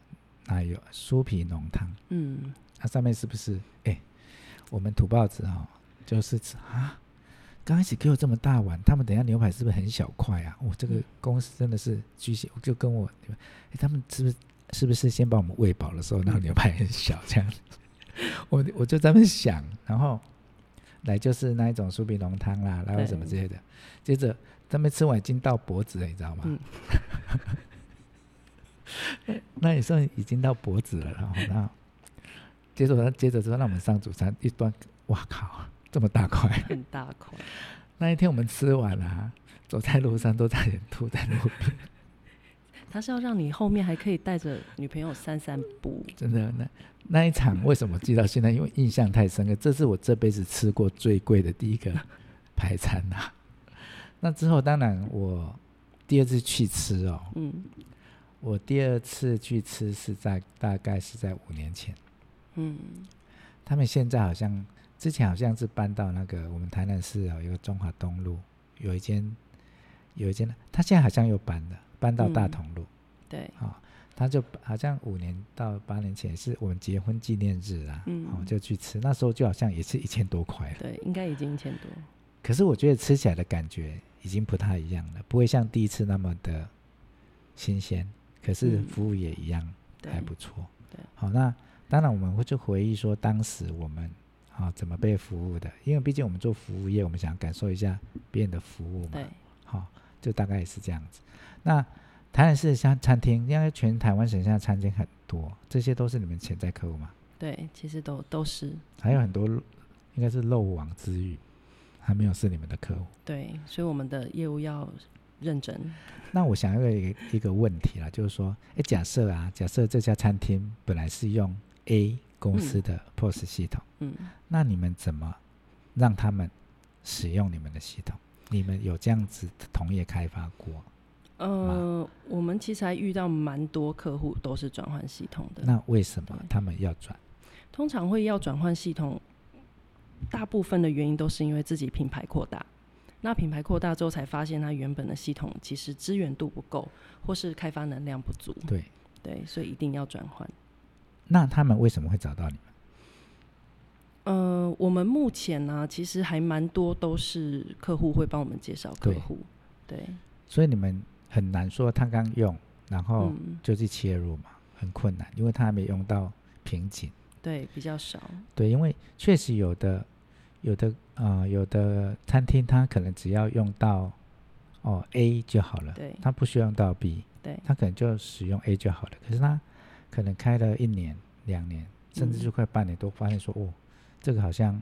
奶油酥皮浓汤。嗯，它、上面是不是？哎，我们土包子哈、哦，就是吃啊，刚开始给我这么大碗，他们等一下牛排是不是很小块啊？我、这个嗯公司真的是巨蟹，我就跟我，哎，他们是不是是不是先把我们喂饱 嗯的时候，那个牛排很小这样？我我就在那边想，然后来就是那一种酥皮浓汤啦，然后对什么之类的。接着他们吃完已经到脖子了，你知道吗？嗯那也算已经到脖子了，然后那接着他接着说，那我们上主餐一端，哇靠，这么大块！ 很大块，那一天我们吃完了、走在路上都差点吐在路边，他是要让你后面还可以带着女朋友散散步，真的。那那一场为什么记到现在？因为印象太深刻，这是我这辈子吃过最贵的第一个排餐呐、 那之后，当然我第二次去吃哦，嗯我第二次去吃是在大概是在五年前。嗯，他们现在好像之前好像是搬到那个我们台南市哦，有个中华东路有一间有一间，他现在好像又搬了，搬到大嗯同路。对，哦，他就好像五年到八年前是我们结婚纪念日啊，嗯哦就去吃，那时候就好像也是一千多块了。对，应该已经一千多，可是我觉得吃起来的感觉已经不太一样了，不会像第一次那么的新鲜，可是嗯服务也一样，对还，不错对。好，那当然我们会去回忆说当时我们啊、怎么被服务的，因为毕竟我们做服务业，我们想感受一下别人的服务嘛对。，好、就大概也是这样子。那台南市的像餐厅，应该全台湾省下的餐厅很多，这些都是你们潜在客户嘛？对，其实都都是还有很多应该是漏网之鱼，还没有是你们的客户。对，所以我们的业务要认真，那我想要一个一个问题啦，就是说，诶，假设啊，假设这家餐厅本来是用 A 公司的 POS 系统，嗯。那你们怎么让他们使用你们的系统？你们有这样子的同业开发过？呃，我们其实还遇到蛮多客户都是转换系统的，那为什么他们要转？通常会要转换系统，大部分的原因都是因为自己品牌扩大。那品牌扩大之后，才发现它原本的系统其实支援度不够，或是开发能量不足，对，对，所以一定要转换。那他们为什么会找到你们？呃，我们目前呢、其实还蛮多都是客户会帮我们介绍客对户，对，所以你们很难说他刚用，然后嗯，就去切入嘛，很困难，因为他还没用到瓶颈。对，比较少，对，因为确实有的、有的、呃、有的餐厅，它可能只要用到哦 A 就好了，对它不需要用到 B，对它可能就使用 A 就好了。可是它可能开了一年、两年，甚至嗯就快半年，都发现说、哦，这个好像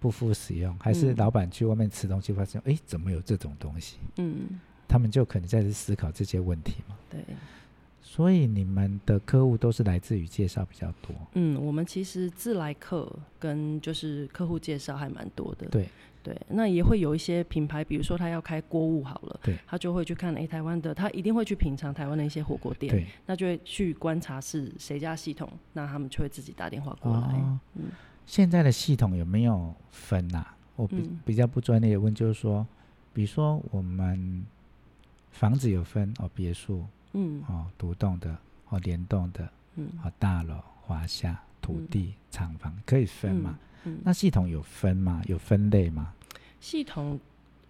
不敷使用，还是嗯老板去外面吃东西发现，哎、怎么有这种东西？嗯，他们就可能在这思考这些问题嘛。对，所以你们的客户都是来自于介绍比较多，嗯，我们其实自来客跟就是客户介绍还蛮多的，对对，那也会有一些品牌，比如说他要开锅物好了，对他就会去看诶、台湾的，他一定会去品尝台湾的一些火锅店，对那就会去观察是谁家系统，那他们就会自己打电话过来。哦嗯，现在的系统有没有分呐、我比、嗯比较不专业的问，就是说，比如说我们房子有分哦，别墅嗯哦，独栋的哦，联动的嗯，哦，大楼、华夏、土嗯地、厂房可以分嘛？嗯，那系统有分吗？有分类吗？系统，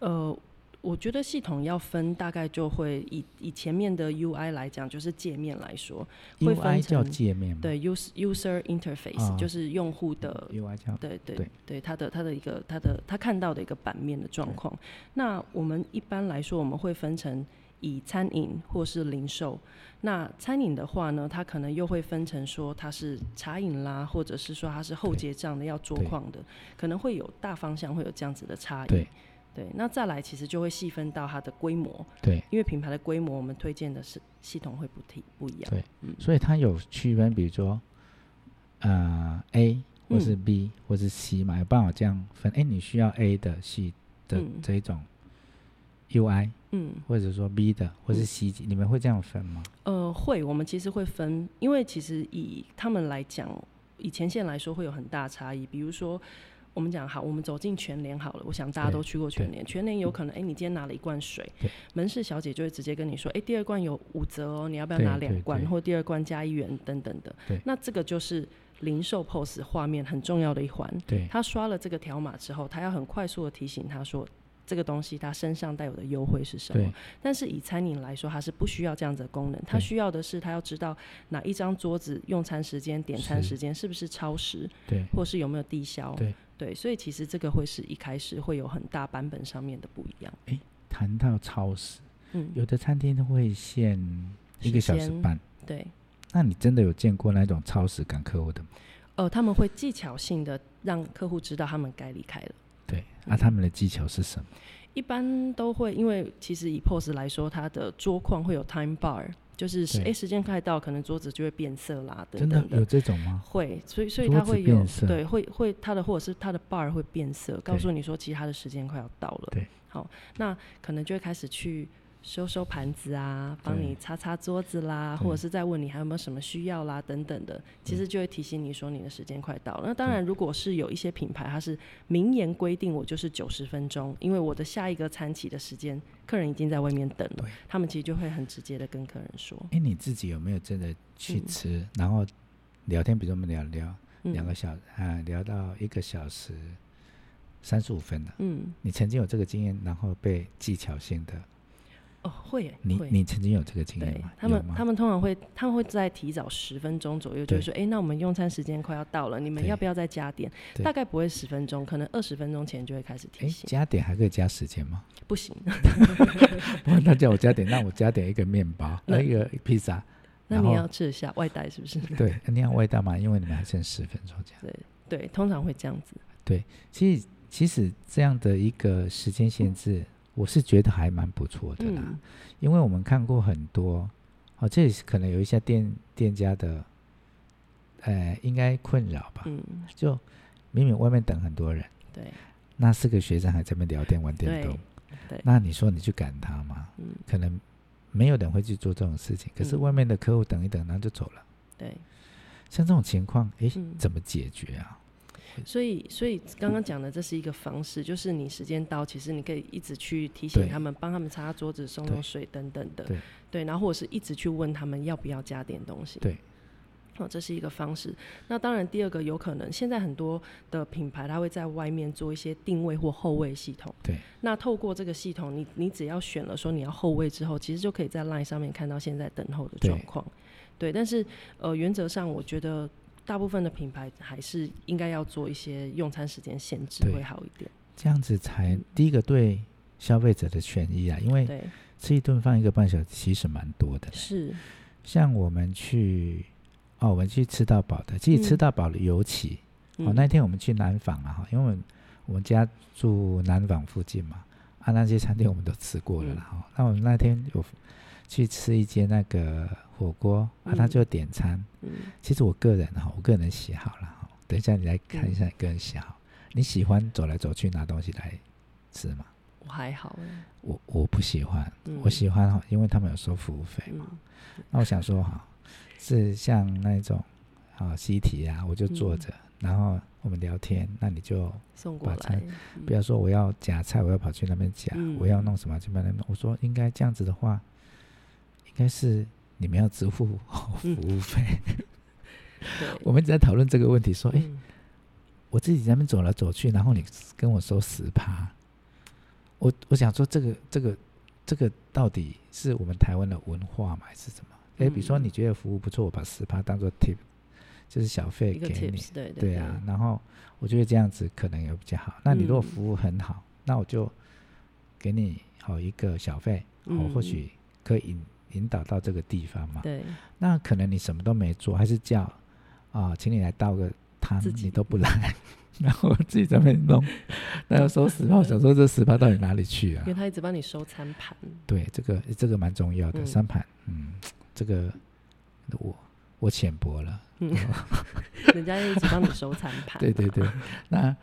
呃，我觉得系统要分，大概就会以以前面的 UI 来讲，就是界面来说，会分 UI 叫成界面吗？对 user user interface、啊就是用户的，UI 叫对对对对，他的他的一个他的他看到的一个版面的状况。那我们一般来说，我们会分成以餐饮或是零售。那餐饮的话呢，它可能又会分成说它是茶饮啦，或者是说它是后对结账的要桌对况的，可能会有大方向会有这样子的差异。对对，那再来其实就会细分到它的规模，对，因为品牌的规模，我们推荐的是系统会不提不一样。对所以它有区分，比如说呃 A 或嗯是 B、或是 C 嘛，有办法这样分。哎，你需要 A 的系的嗯这一种 UI，、嗯，或者说 B 的或是嗯 C，、你们会这样分吗？呃，会，我们其实会分，因为其实以他们来讲，以前线来说会有很大差异。比如说，我们讲好，我们走进全联好了，我想大家对嗯都去过全联，全联有可能，哎、你今天拿了一罐水对，门市小姐就会直接跟你说，哎、第二罐有五折哦，你要不要对拿对两罐，对或第二罐加一元等等的对。那这个就是零售 POS 画面很重要的一环。对他刷了这个条码之后，他要很快速的提醒他说。这个东西它身上带有的优惠是什么对？但是以餐饮来说，它是不需要这样子的功能，它对需要的是它要知道哪一张桌子用餐时间、点餐是时间是不是超时，对或是有没有低消。对对，所以其实这个会是一开始会有很大版本上面的不一样。谈到超时，嗯，有的餐厅会限一个小时时间半，对，那你真的有见过那种超时赶客户的吗？呃，他们会技巧性的让客户知道他们该离开了。对，嗯那、他们的技巧是什么？一般都会，因为其实以 POS 来说，它的桌框会有 time bar，就是对哎时间快到，可能桌子就会变色啦，等真的等有这种吗？会，所以所以桌它子会有变色对，会会它的或者是它的 bar 会变色，告对诉你说其实它的时间快要到了。对，好，那可能就会开始去收收盘子啊，帮对你擦擦桌子啦，或对嗯者是再问你还有没有什么需要啦等等的，其实就会提醒你说你的时间快到了。那当然，如果是有一些品牌它是明言规定我就是九十分钟，因为我的下一个餐起的时间客人已经在外面等了对，他们其实就会很直接的跟客人说，哎，你自己有没有真的去嗯吃，然后聊天，比如说我们聊聊嗯两个小时啊，聊到一个小时三十五分的，嗯你曾经有这个经验，然后被技巧性的，哦会耶你会你曾经有这个经验对吗？他有们，吗他们通常会，他们会在提早十分钟左右，就对是说，哎、那我们用餐时间快要到了，你们对要不要再加点？对大概不会十分钟，可能二十分钟前就会开始提哎醒。加点还可以加时间吗？ 不行，不然他叫我加点，那我加点一个面包，那那一个披萨，那然你后要吃一下外带是不 是？对，那样味道嘛，因为你们还剩十分钟这样。对，通常会这样子。其实其实这样的一个时间限制，我是觉得啊还蛮不错的啦，嗯，因为我们看过很多，哦，这也是可能有一些店店家的，呃，应该困扰吧，嗯，就明明外面等很多人，对，那四个学生还在那边聊天玩电动对，，对那你说你去赶他吗？嗯，可能没有人会去做这种事情，可是嗯外面的客户等一等，然后就走了。对，像这种情况，诶，嗯怎么解决啊？所以，所以刚刚讲的这是一个方式，就是你时间到，其实你可以一直去提醒对他们，帮他们擦桌子、送对送水等等的，对然后或者是一直去问他们要不要加点东西，对。哦，这是一个方式。那当然，第二个有可能，现在很多的品牌它会在外面做一些定位或后位系统。对，那透过这个系统，你你只要选了说你要后位之后，其实就可以在 LINE 上面看到现在等候的对状况。对，但是呃，原则上我觉得大部分的品牌还是应该要做一些用餐时间限制对会好一点。这样子才第一个对消费者的权益啊，因为嗯对，吃一顿饭一个半小时其实蛮多的。是，像我们去哦，我们去吃到饱的，其实吃嗯到饱的尤其、哦，嗯那天我们去南纺啊，哈因为我们我们家住南纺附近嘛，啊那些餐厅我们都吃过了啦。嗯哈、那我们那天有去吃一间那个火锅啊，他嗯就点餐，嗯其实我个人哈，我个人喜好啦哈，等一下你来看一嗯下你个人喜好，你喜欢走来走去拿东西来吃吗？我还好欸，我我不喜欢，嗯我喜欢哈，因为他们有收服务费嘛。嗯那我想说哈，是像那种啊习题啊，我就坐着，嗯然后我们聊天，那你就送过把来餐，不要说我要夹菜，我要跑去那边夹，嗯我要弄什么去那边弄。我说应该这样子的话，应该是你们要支付嗯服务费。 对，我们一直在讨论这个问题，说哎。诶嗯我自己在那边走来走去，然后你跟我收十趴，我我想说这个这个这个到底是我们台湾的文化吗，还是什么？哎，比如说嗯你觉得服务不错，我把十趴当做 tip，就是小费一个哎给你， tips，对对对啊，，然后我觉得这样子可能也比较好。那你如果嗯服务很好，那我就给你好一个小费，好、嗯或许啊可以引引导到这个地方嘛。对，那可能你什么都没做，还是叫啊、请你来倒个汤自，己你都不来， 然后我自己在那边弄， 那要收十 包，想说这十包到底哪里去啊因为？他一直帮你收餐盘，对，这个这个蛮重要的，嗯三盘，嗯，这个我我浅薄了，嗯，人家一直帮你收餐 盘，对对对，那。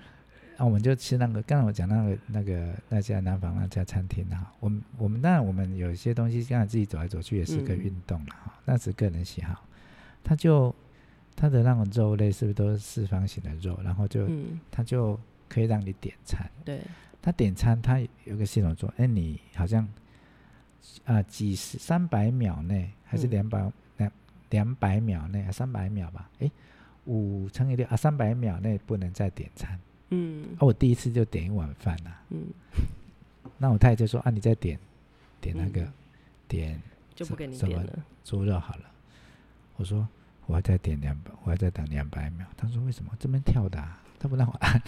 那、我们就吃那个，刚才我讲那个那个那家南方那家餐厅啊，我们我们当然我们有一些东西，刚才自己走来走去也是个嗯运动了哈、那是个人喜好。它就它的那种肉类是不是都是四方形的肉？然后就、嗯，它就可以让你点餐。对，它点餐它有个系统说，哎，你好像啊、几十三百秒内还是嗯两百两两百秒内啊三百秒吧？哎，五乘以六啊三百秒内不能再点餐。嗯啊，我第一次就点一碗饭呐、嗯，那我太太就说啊你再点点那个、嗯点就不给你什么点了，猪肉好了。我说我还在点两百，我还在等两百秒。他说为什么这边跳的、啊？他不让我按。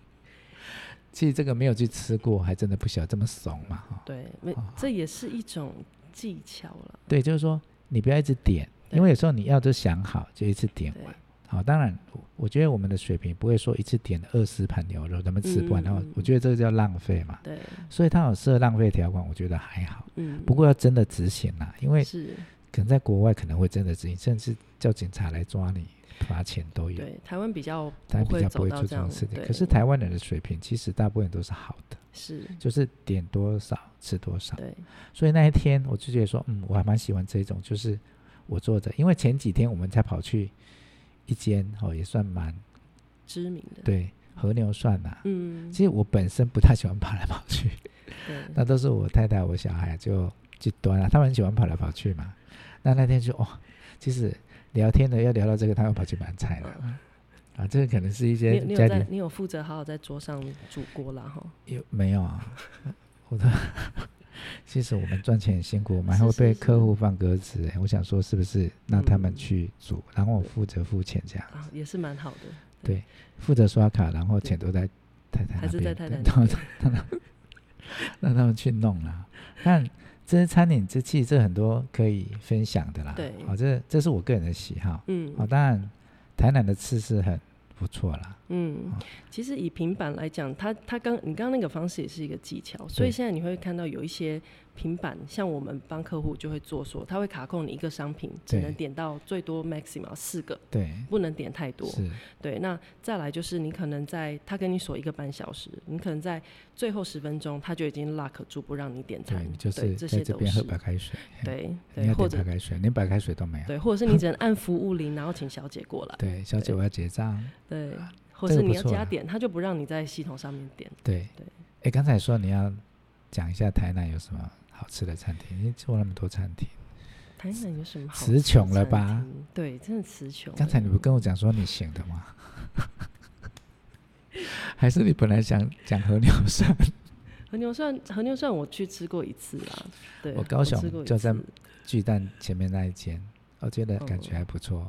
其实这个没有去吃过，还真的不晓得这么怂嘛哈。对，没，啊这也是一种技巧了。对，就是说你不要一直点，对因为有时候你要就想好就一次点对完。好，当然我我觉得我们的水平不会说一次点二十盘牛肉咱们吃不完，嗯然后嗯我觉得这个叫浪费嘛。对，所以它有设浪费条款，我觉得还好。嗯，不过要真的执行啦，因为是可能在国外可能会真的执行，甚至叫警察来抓你，罚钱都有。对台湾比较他不比较不走会到做这这种样事情。对可是台湾人的水平其实大部分都是好的，是就是点多少吃多少。对所以那一天我就觉得说，嗯，我还蛮喜欢这一种，就是我做的，因为前几天我们才跑去一间哦，也算蛮知名的，对和牛涮呐、嗯，其实我本身不太喜欢跑来跑 去，对那都是我太太、我小孩就去端啊，他们很喜欢跑来跑去嘛。那那天就哦，其实聊天的要聊到这个，他们跑去买菜了。啊，这个可能是一嗯你些有你家有里在你有负责好好在桌上煮锅啦哈，有没有啊？ 我的， 其实我们赚钱很辛苦，我们是还会是被是客户放鸽子欸、我想说，是不是让他们嗯去煮，然后我负责付钱这样啊子，也是蛮好的，负责刷卡，然后对钱都在太太还那是在边，太对太让那他 让他让他们去弄啦。但这些餐饮，这其实这很多可以分享的啦。对好、这这是我个人的喜好。好、嗯当然台南的吃是很不错啦。嗯，其实以平板来讲，它它刚你刚刚那个方式也是一个技巧，所以对现在你会看到有一些平板，像我们帮客户就会做说，它会卡控你一个商品，只对能点到最多 maximum 四个，对，不能点太多。是，对，那再来就是你可能在他跟你锁一个半小时，你可能在最后十分钟他就已经 lock 住不让你点餐对，你，就是对这在些这都边喝是白开水。对你对，要或点者白开水，连白开水都没有。对，或者是你只能按服务铃，然后请小姐过来，对，小姐我要结账。对，或这是个你不要错加啊点，他就不让你在系统上面点。对对。哎，刚才说你要讲一下台南有什么好吃的餐厅，你做那么多餐厅，台南有什么好词吃穷了餐吧厅？对，真的词穷了。刚才你不跟我讲说你行的吗？ 还是你本来想讲和牛涮？ 和牛涮，和牛涮我去吃过一次啦。对，我高吃过雄一就在次巨蛋前面那一间，我觉得感觉嗯还不错。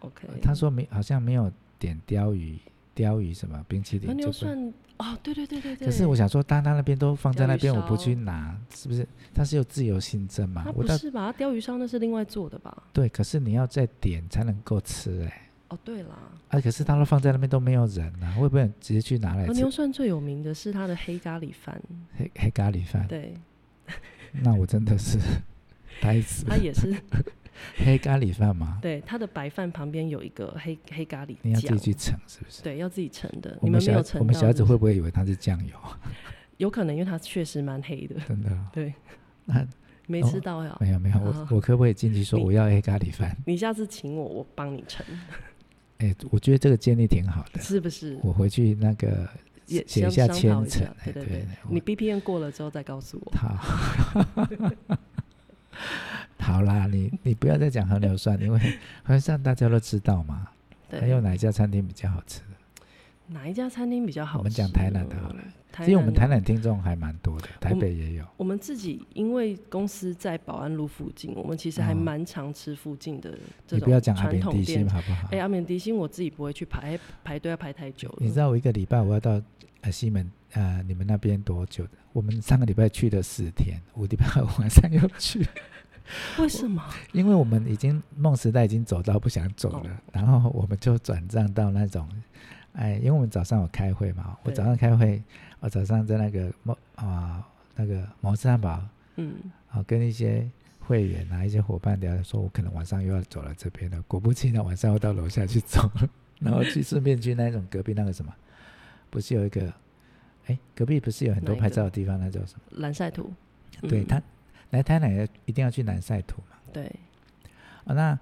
OK。呃他说没，好像没有点鲷鱼，鲷鱼什么冰淇淋和就牛不涮哦，对对对对对。可是我想说，大家那边都放在鲷那鱼边，我不去烧拿，是不是？它是有自由新增嘛它？我不到是吧？它鲷鱼烧那是另外做的吧？对，可是你要再点才能够吃哎、哦，对啦，啊，可是他都放在那边都没有人啊，会不会直接去拿来和吃牛涮最有名的是它的黑咖喱饭，黑黑咖喱饭？对，那我真的是 呆子。它也是 黑咖喱饭吗？对它的白饭旁边有一个黑黑咖喱你要自己酱，去盛是不是？对，要自己盛的。我你们们没小有孩盛我们到小孩子就是会不会以为它是酱 油？有可能，因为它确实蛮黑的，真的哦？对，那没哦吃到呀。没有没有，哦我我可不可以进去说你我要黑咖喱饭？你下次请我，我帮你盛，哎，我觉得这个建议挺好的， 是不是？我回去那个也写下相商讨千一层下。，哎对对，我你 BPN 过了之后再告诉我。好， 好啦，你你不要再讲和牛涮，因为和牛涮大家都知道嘛。还有对，哪一家餐厅比较好吃的？哪一家餐厅比较好吃？我们讲台南的好了，台其实我们南台南听众还蛮多的，台北也有。我们自己因为公司在保安路附近，我们其实还哦蛮常吃附近的这你不要种讲阿传扁统地心店。好不好哎、？阿免迪心我自己不会去排排队，要排太久你知了。道我一个礼拜我要到呃西门呃你们那边多久的？我们上个礼拜去了四天，我礼拜五晚上又去， 为什么？因为我们已经梦时代已经走到不想走哦了，然后我们就转账到那种。哎，因为我们早上有开会嘛，我对早上开会，我早上在那个摩啊、那个摩斯汉堡嗯，啊，跟一些会员啊、一些伙伴聊，说我可能晚上又要走了这边了。果不其然，晚上又到楼下去走了， 然后去顺便去那种隔壁那个什么，不是有一个，哎，隔壁不是有很多哪一拍个照的地方，那叫什么？蓝晒图。对嗯他来台南要一定要去南赛图嘛。对啊，那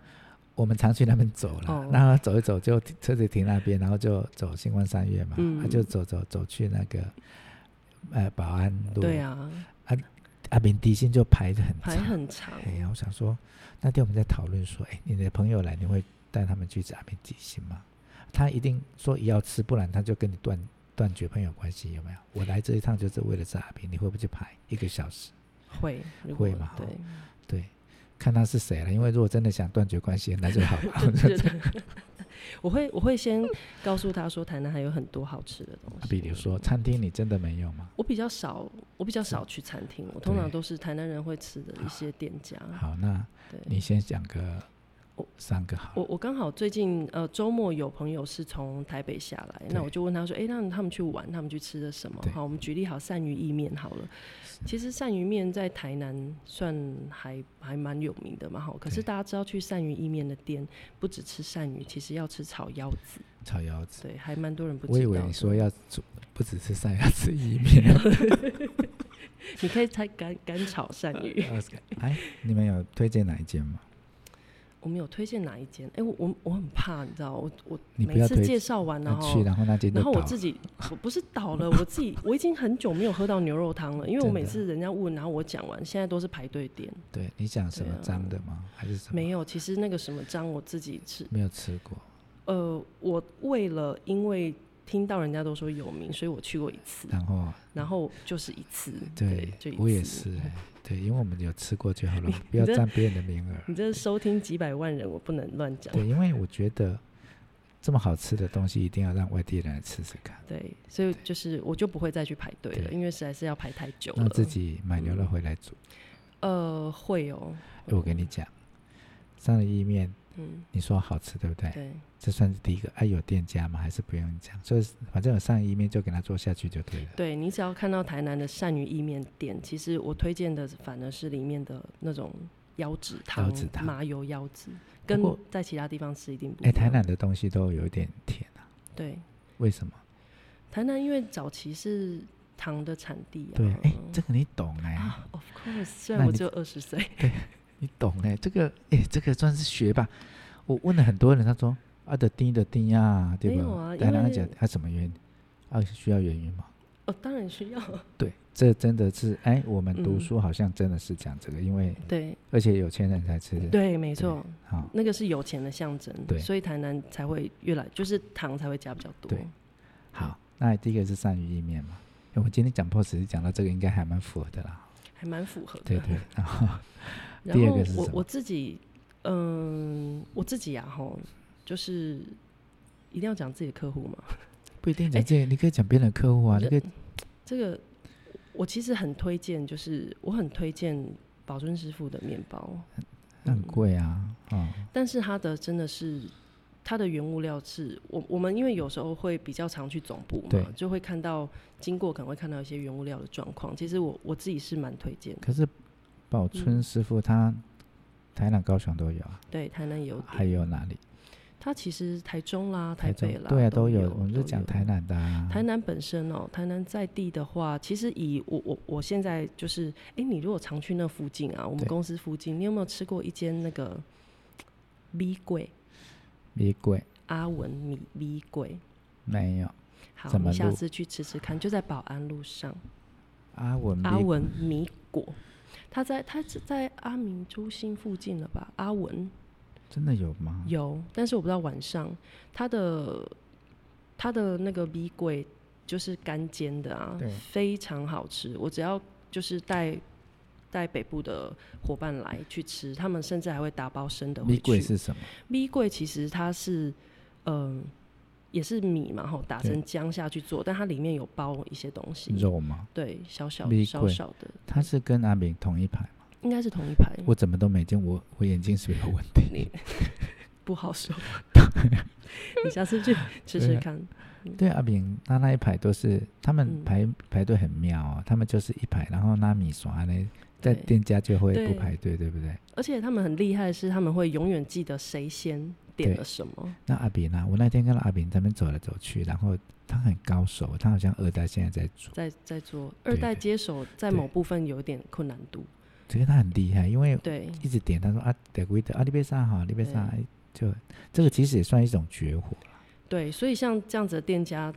我们常去那边走了，哦然后走一走就停车子停那边，然后就走星光三月嘛，他、嗯就走走走去那个呃保安路，对，啊，阿明底薪就排的很排长。很长。哎呀，我想说，那天我们在讨论说，哎，你的朋友来，你会带他们去吃阿美吉星吗？他一定说也要吃，不然他就跟你断断绝朋友关系，有没有？我来这一趟就是为了吃阿明，你会不会去排一个小时？会如果会嘛哦对， 对，看他是谁了，因为如果真的想断绝关系，那就好吧。就觉得 我会我会先告诉他说，台南还有很多好吃的东西。比如说餐厅，你真的没有吗？我比较少，我比较少去餐厅，我通常都是台南人会吃的一些店家。好，那对你先讲个我三个好了。我我刚好最近呃周末有朋友是从台北下来，对那我就问他说，哎、那他们去玩，他们去吃的什么对？好，我们举例好鳝鱼意面好了。其实鳝鱼面在台南算还还蛮有名的嘛，哈。可是对大家知道去鳝鱼意面的店，不只吃鳝鱼，其实要吃炒腰子，炒腰子，对，还蛮多人不知道我的。以为你说要煮，不只是三要吃意 面。你可以猜干干炒鳝 鱼。哎，你们有推荐哪一间吗？我们有推荐哪一间？哎、我我我很怕，你知道，我我你不每要次推介绍完然那后去，然后那间就然后倒我了。自己我不是倒了，我自己我已经很久没有喝到牛肉汤了，因为我真每的次人家问，然后我讲完，现在都是排队点。对你讲什么对啊脏的吗？还是什么？没有，其实那个什么章我自己吃，没有吃过。呃，我为了因为听到人家都说有名，所以我去过一次，然后然后就是一次，对嗯就一次。我也。是哎，对，因为我们有吃过就好了，不要这占别人的名额。你这收听几百万人，我不能乱讲。对，因为我觉得这么好吃的东西，一定要让外地人来吃吃看。对，所以就是我就不会再去排队了，对因为实在是要排太久那了。嗯自己买牛肉回来煮。呃，会哦，哎我跟你讲，上了意面，嗯，你说好吃对不对？对，这算是第一个。哎、有店家吗？还是不用讲？所以反正有上意面就给他做下去就对了。对你只要看到台南的鳝鱼意面店，其实我推荐的反而是里面的那种腰子汤、腰子汤麻油腰子，跟过在其他地方吃一定不一哎、样。台南的东西都有一点甜啊，对为什么？台南，因为早期是糖的产地啊。对，哎、这个你懂哎、啊，Of course，虽那然我你只有二十岁，你懂哎、这个哎、这个算是学吧。我问了很多人，他说啊的丁的丁呀，对没吧？有啊因台南讲为他什么原因？啊，需要原因吗？哦，当然需要。对，这真的是哎，我们读嗯书好像真的是讲这个，因为对而且有钱人才吃的。对，没错，好，那个是有钱的象征，对所以台南才会越来，就是糖才会加比较多。对好，那第一个是鳝鱼意面嘛。哎我们今天讲 POS 讲到这个，应该还蛮符合的啦。还蛮符合的。对 哦对，然后然第二后个是我什么我自己，嗯，我自己啊，吼，就是一定要讲自己的客户 嘛。不一定讲这个，你可以讲别人的客户啊，你那可以这个我其实很推荐，就是我很推荐宝尊师傅的面包，嗯那很贵啊，哦，但是它的真的是。它的原物料是我我们因为有时候会比较常去总部对嘛，就会看到经过可能会看到一些原物料的状况。其实我我自己是蛮推荐的，可是宝嗯春师傅他台南、高雄都有啊，对台南也有点，还有哪里？它其实台中啦、台中北啦，对啊都有，我们就都讲有台南的啊。台南本身哦，台南在地的话，其实以我我我现在就是，哎、你如果常去那附近啊，我们对公司附近，你有没有吃过一间那个米贵米贵阿文米米贵？没有好，怎么你下录次去吃吃看，就在保安路上，阿文阿米文米果，他在他是在阿明中心附近了吧？阿文真的有吗？有，但是我不知道晚上它的它的那个米粿就是干煎的啊对，非常好吃。我只要就是带带北部的伙伴来去吃，他们甚至还会打包生的回米贵去。是什么？米粿其实它是嗯、也是米嘛，吼，打对成浆下去做，但它里面有包一些东西，肉吗？对，小小米小粿小的，它是跟阿明同一排吗？应该是同一排，我怎么都没见，我我眼睛是不是有问题？嗯不 好说。 你下次去吃吃对啊看，对，阿炳他那一排都是他们嗯排、排队很妙哦，他们就是一排，然后拉米刷呢，在对店家就会对不排队，对不对？而且他们很厉害的是，他们会永远记得谁先点对了什么。那阿炳呢、我那天跟阿炳他们走来走去，然后他很高手，他好像二代现在在做，在在做对二代接手，在某部分有点困难度。这个他很厉害，因为对一直点，他说啊，得规的啊，你别上好，你别上，对哎就这个其实也算一种绝活。对，所以像这样子的店家，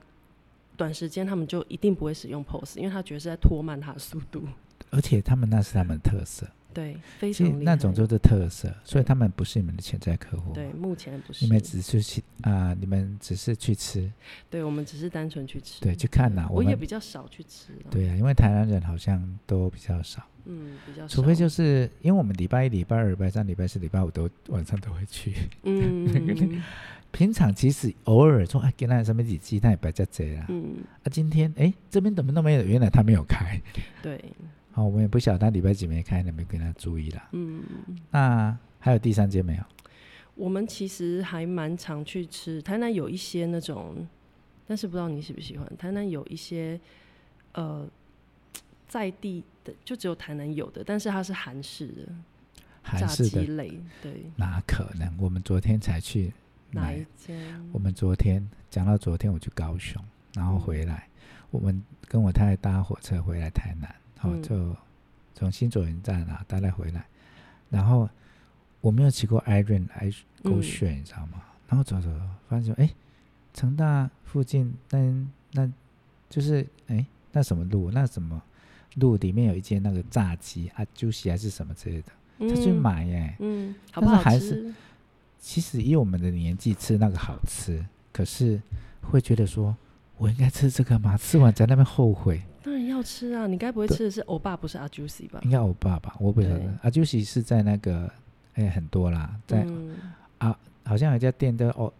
短时间他们就一定不会使用 POS，因为他觉得是在拖慢他的速 度。而且他们那是他们的特色，对，非其常实厉害。那种就是特色，所以他们不是你们的潜在客户。对，，目前不是你。们只是去啊、你们只是去吃，对，我们只是单纯去吃。对，去看呐、我们也比较少去吃了。，对啊，因为台南人好像都比较少，嗯，比较少。除非就是因为我们礼拜一、礼拜二、礼拜三、礼拜四、礼拜五都晚上都会去，嗯，平常其实偶尔说哎，给那什么几鸡蛋摆在这啦， 嗯，啊，今天哎这边怎么都没有？原来他没有开，对，好、我们也不晓得他礼拜几没开，你们跟他注意啦。嗯，那还有第三间没有？我们其实还蛮常去吃台南有一些那种，但是不知道你喜不喜欢。台南有一些呃在地的，就只有台南有的，但是它是韩式的韩炸式鸡的类，对，哪可能？我们昨天才去哪买一，间？嗯我们昨天讲到昨天我去高雄，然后回来，嗯我们跟我太太搭火车回来台南，哦，嗯就从新左营站啊搭来回来，然后我没有骑过 Iron I 嗯 Go 炫，你知道吗？然后走走，走发现说，哎，成大附近那那就是哎那什么路那什么路里面有一间那个炸鸡啊，就喜还是什么之类的，他去嗯，买耶、嗯，好但不是好还是吃？其实以我们的年纪吃那个好吃，可是会觉得说，我应该吃这个吗？吃完在那边后悔。当然要吃啊！你该不会对吃的是欧巴，不是阿 Juicy 吧应？该我爸爸，我不晓对得。阿九喜是在那个，哎，很多啦，在、嗯好像有一家店的哦，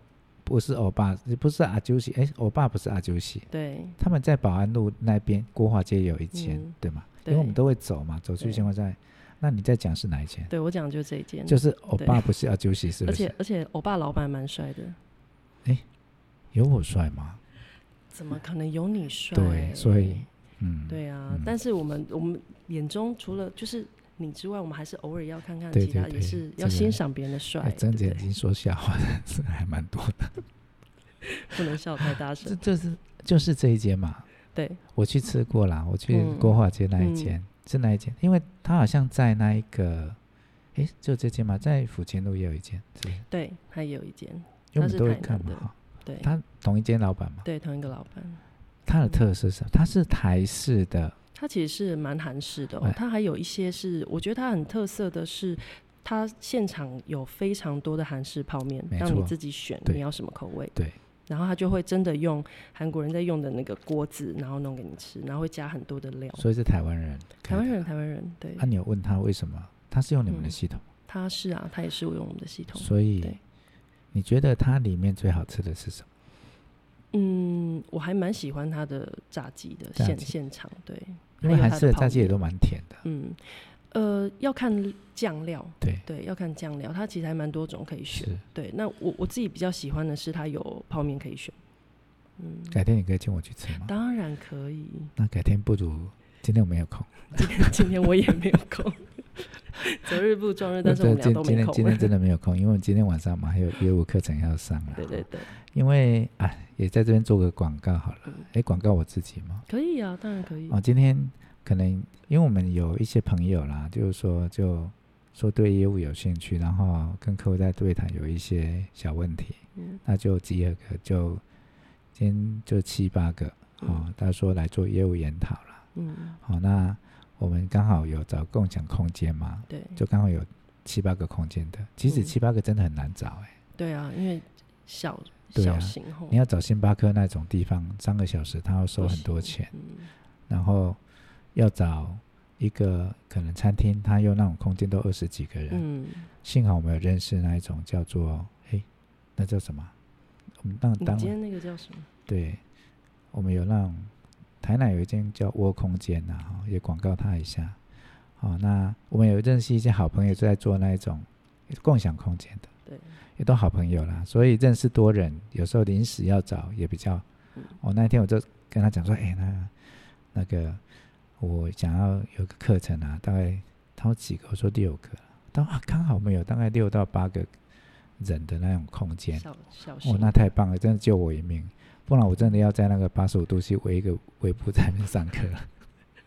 不是欧巴，不是阿九喜，哎，欧巴不是阿九喜，对，他们在保安路那边国华街有一间，嗯对吗？因对为我们都会走嘛，走去对新华站。那你在讲是哪一间？对我讲的就这一间，就是欧巴不是阿九喜，是而不是且？而且欧巴老板蛮帅的，有我帅吗？怎么可能有你帅？对，所以嗯，对啊，嗯但是我们我们眼中除了就是你之外，我们还是偶尔要看看对其他，对对也是这要个欣赏别人的帅哎，对睁不着对眼？睛说笑话的是还蛮多 的。不能笑太大这声。就是就是这一间嘛，对，我去吃过啦，我去嗯国华街那一间、是那一间，因为它好像在那一个，诶，就这间嘛，在府前路也有一间，是不是对，还有一间，因为它我们是都会台南看嘛的哈。对它同一间老板嘛，对，同一个老板，它的特色是什么？它是台式的，他其实是蛮韩式的、哦哎，他还有一些是我觉得他很特色的是。他现场有非常多的韩式泡面，没让你错自己选对你要什么口味。对，然后他就会真的用韩国人在用的那个锅子，然后弄给你吃，然后会加很多的料。所以是台湾人开的。台湾人，台湾人，对，啊，你有问他为什么？他是用你们的嗯系统，他是啊，他也是我用我们的系统。所以对你觉得它里面最好吃的是什么？嗯，我还蛮喜欢他的炸鸡的炸现鸡现场，对，因还为有韩它式的泡炸鸡也面都蛮甜的，嗯，呃，要看酱料，对，对，要看酱料，它其实还蛮多种可以选。是。对，那我我自己比较喜欢的是它有泡面可以选，嗯，改天你可以请我去吃吗？当然可以， 那改天不如今天我没有空，今天今天我也没有空， 择日不撞 日，但是我们俩今都今没天空 今天真的没有空，因为我今天晚上嘛还有业务课程要上了。对对对，因为啊，也在这边做个广告好了嗯。哎，广告我自己嘛。可以啊，当然可以，哦，今天可能因为我们有一些朋友啦，就是说就说对业务有兴趣，然后跟客户在对谈有一些小问题，嗯那就集合个就今天就七八个哦，他说来做业务研讨了。嗯，好、那我们刚好有找共享空间嘛，对就刚好有七八个空间的。其实嗯七八个真的很难找哎、对啊，因为小对小啊型吼你，要找星巴克那种地方，三个小时他要收不很多行钱，嗯然后要找一个可能餐厅，他用那种空间都二十几个人。嗯，幸好我们有认识那一种叫做哎，那叫什么？我们那你当今天那个叫什么？对，我们有那种台南有一间叫窝空间呐、啊，也广告它一下。哦，那我们有认识一些好朋友，就在做那一种共享空间的，对，也都好朋友啦。所以认识多人，有时候临时要找也比较嗯。我、那一天我就跟他讲说，哎，那那个我想要有个课程啊，大概他说几个，我说六个，他说啊刚好我们有大概六到八个人的那种空间，小小哦型，，那太棒了，真的救我一命，不然我真的要在那个八十五度 C 围一个围布在那边上课 了。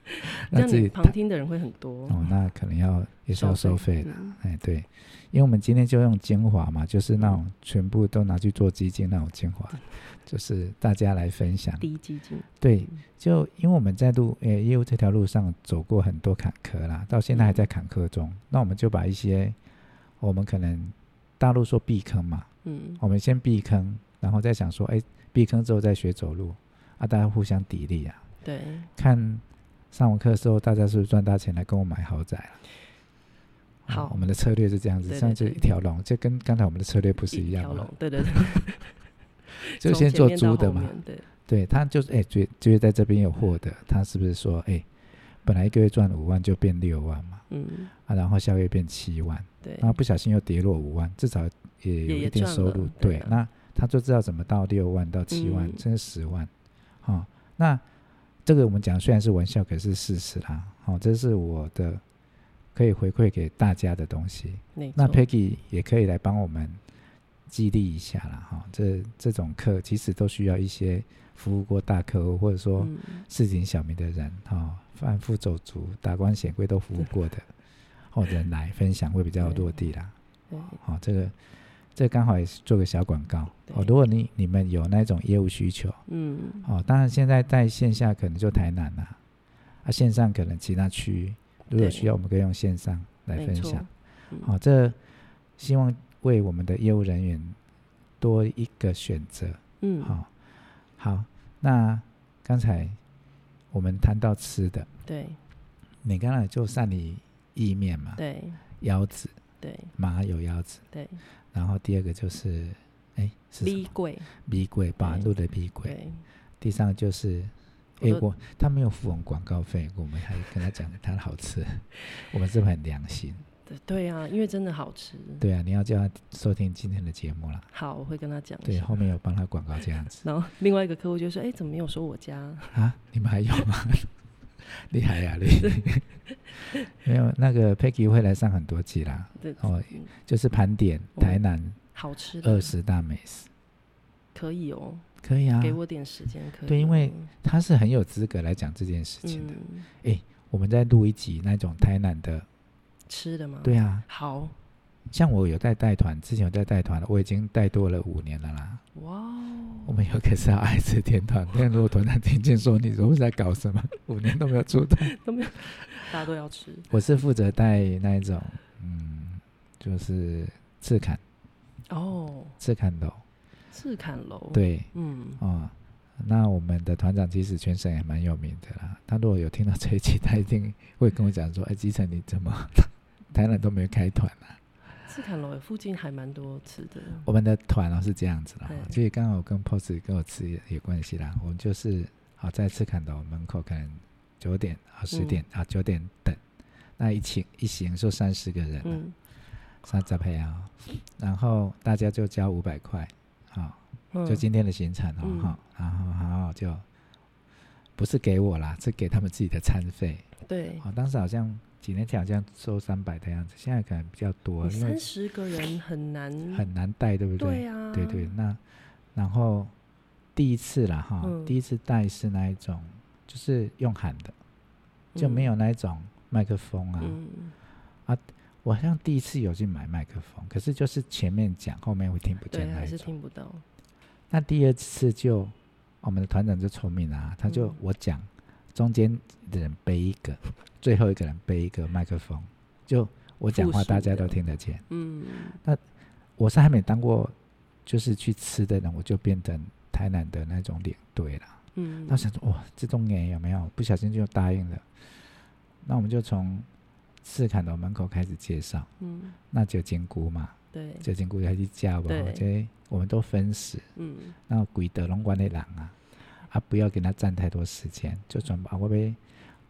这那样自你己旁听的人会很多，哦，那可能要也是要收费的。嗯哎，对，因为我们今天就用精华嘛，就是那种全部都拿去做基金那种精华，就是大家来分享。低基金，对，就因为我们在路呃业务这条路上走过很多坎坷啦，到现在还在坎坷中，那我们就把一些我们可能大陆说避坑嘛，嗯，我们先避坑，然后再想说，哎，避坑之后再学走路啊，大家互相砥砺啊。对，看上完课之后，大家是不是赚大钱来跟我买豪宅了、好啊我们的策略是这样子，对像对就对一条龙，就跟刚才我们的策略不是一样条吗龙？，对对对， 就从先做前面租到的后嘛，面，对，对，他就是哎，觉就是在这边有获得，他是不是说哎，本来一个月赚五万就变六万嘛，嗯，啊，然后下个月变七万，对然，后不小心又跌落五万，至少也有也一定赚收了入。对对啊，那他就知道怎么到六万到七万，嗯甚至十万。好、那这个我们讲虽然是玩笑，可是事实啦。好、这是我的可以回馈给大家的东西。没那错 Peggy 也可以来帮我们激励一下啦。哈、这这种课其实都需要一些服务过大客户，或者说、嗯市井小民的人哈、哦，贩夫走卒、达官显贵都服务过 的，哦，人来分享会比较落地啦。对哦，这个这刚好也是做个小广告对哦。如果你你们有那种业务需求嗯，哦，当然现在在线下可能就台南啦、啊，线上可能其他区域，如果对需要，我们可以用线上来没分错享。，嗯好、这希望为我们的业务人员多一个选择。嗯，好、好，那刚才我们谈到吃的，对你刚才就善理意面嘛，对腰子对麻油腰子，对，然后第二个就是哎是什立么柜，米鬼，八对路的米鬼，对，第三个就是。我哎，都我他没有付我们广告费，我们还跟他讲他的好 吃，我们是不是很良心？对对啊，因为真的好吃，对啊，你要叫他收听今天的节目啦。好，我会跟他讲一对，下。后面有帮他广告这样子。 然后另外一个客户就说：“哎，怎么没有说我家啊，你们还有吗？ 厉害呀、 你没有那个 Peggy 会来上很多集啦，对哦嗯，就是盘点我们台南好吃的二十大美食，可以哦，可以啊，给我点时间可以哦。”对因为他是很有资格来讲这件事情的。嗯，我们再录一集那种台南的，吃的吗？，对啊，好像我有带带团，之前有带带团了，我已经带多了五年了啦。哇哦，我们有可是要爱吃天团，但如果团长听见说你说我在搞什么，五年都没有出团。 大家都要吃，我是负责带那一种，嗯，就是赤坎哦，赤坎楼，赤坎楼，，对，嗯，哦，那我们的团长其实全省也蛮有名的啦。他如果有听到这一期，他一定会跟我讲说：“哎，基层你怎么 台南都没有开团啊赤坎楼附近还蛮多吃的，？”我们的团哦是这样子啦，对所以刚好跟 POS 跟我吃也有关系啦。我们就是好在赤坎楼门口，可能九点啊嗯十点啊九点等，那一请一行就三十个人了。嗯三十配啊，然后大家就交五百块，啊好、嗯，就今天的行程哦，嗯哈、然后然后就不是给我啦，是给他们自己的餐费。对，哦，当时好像几年前好像收三百的样子，现在可能比较多，你因为三十个人很难，很难带，对不对对？啊，对对，那然后第一次啦哈，嗯第一次带是那一种，就是用喊的，就没嗯有那一种麦克风啊，嗯，我好像第一次有去买麦克风，可是就是前面讲，后面会听不对，见那还一是种。听不到，那第二次就哦我们的团长就聪明了、啊，他就、嗯我讲，中间的人背一个， 最后一个人背一个麦克风，就我讲复话数大家这都样听得见。嗯，我是还没当过，就是去吃的人，我就变成台南的那种领队了。嗯，那我想说，哇，这种年有没有？不小心就答应了。那我们就从赤坎楼门口开始介绍，嗯，那就金菇嘛。对，酒精股还是加吧，嗯对我觉得我们都分食，嗯，那鬼得龙关的人啊，啊不要给他占太多时间，就全部啊我要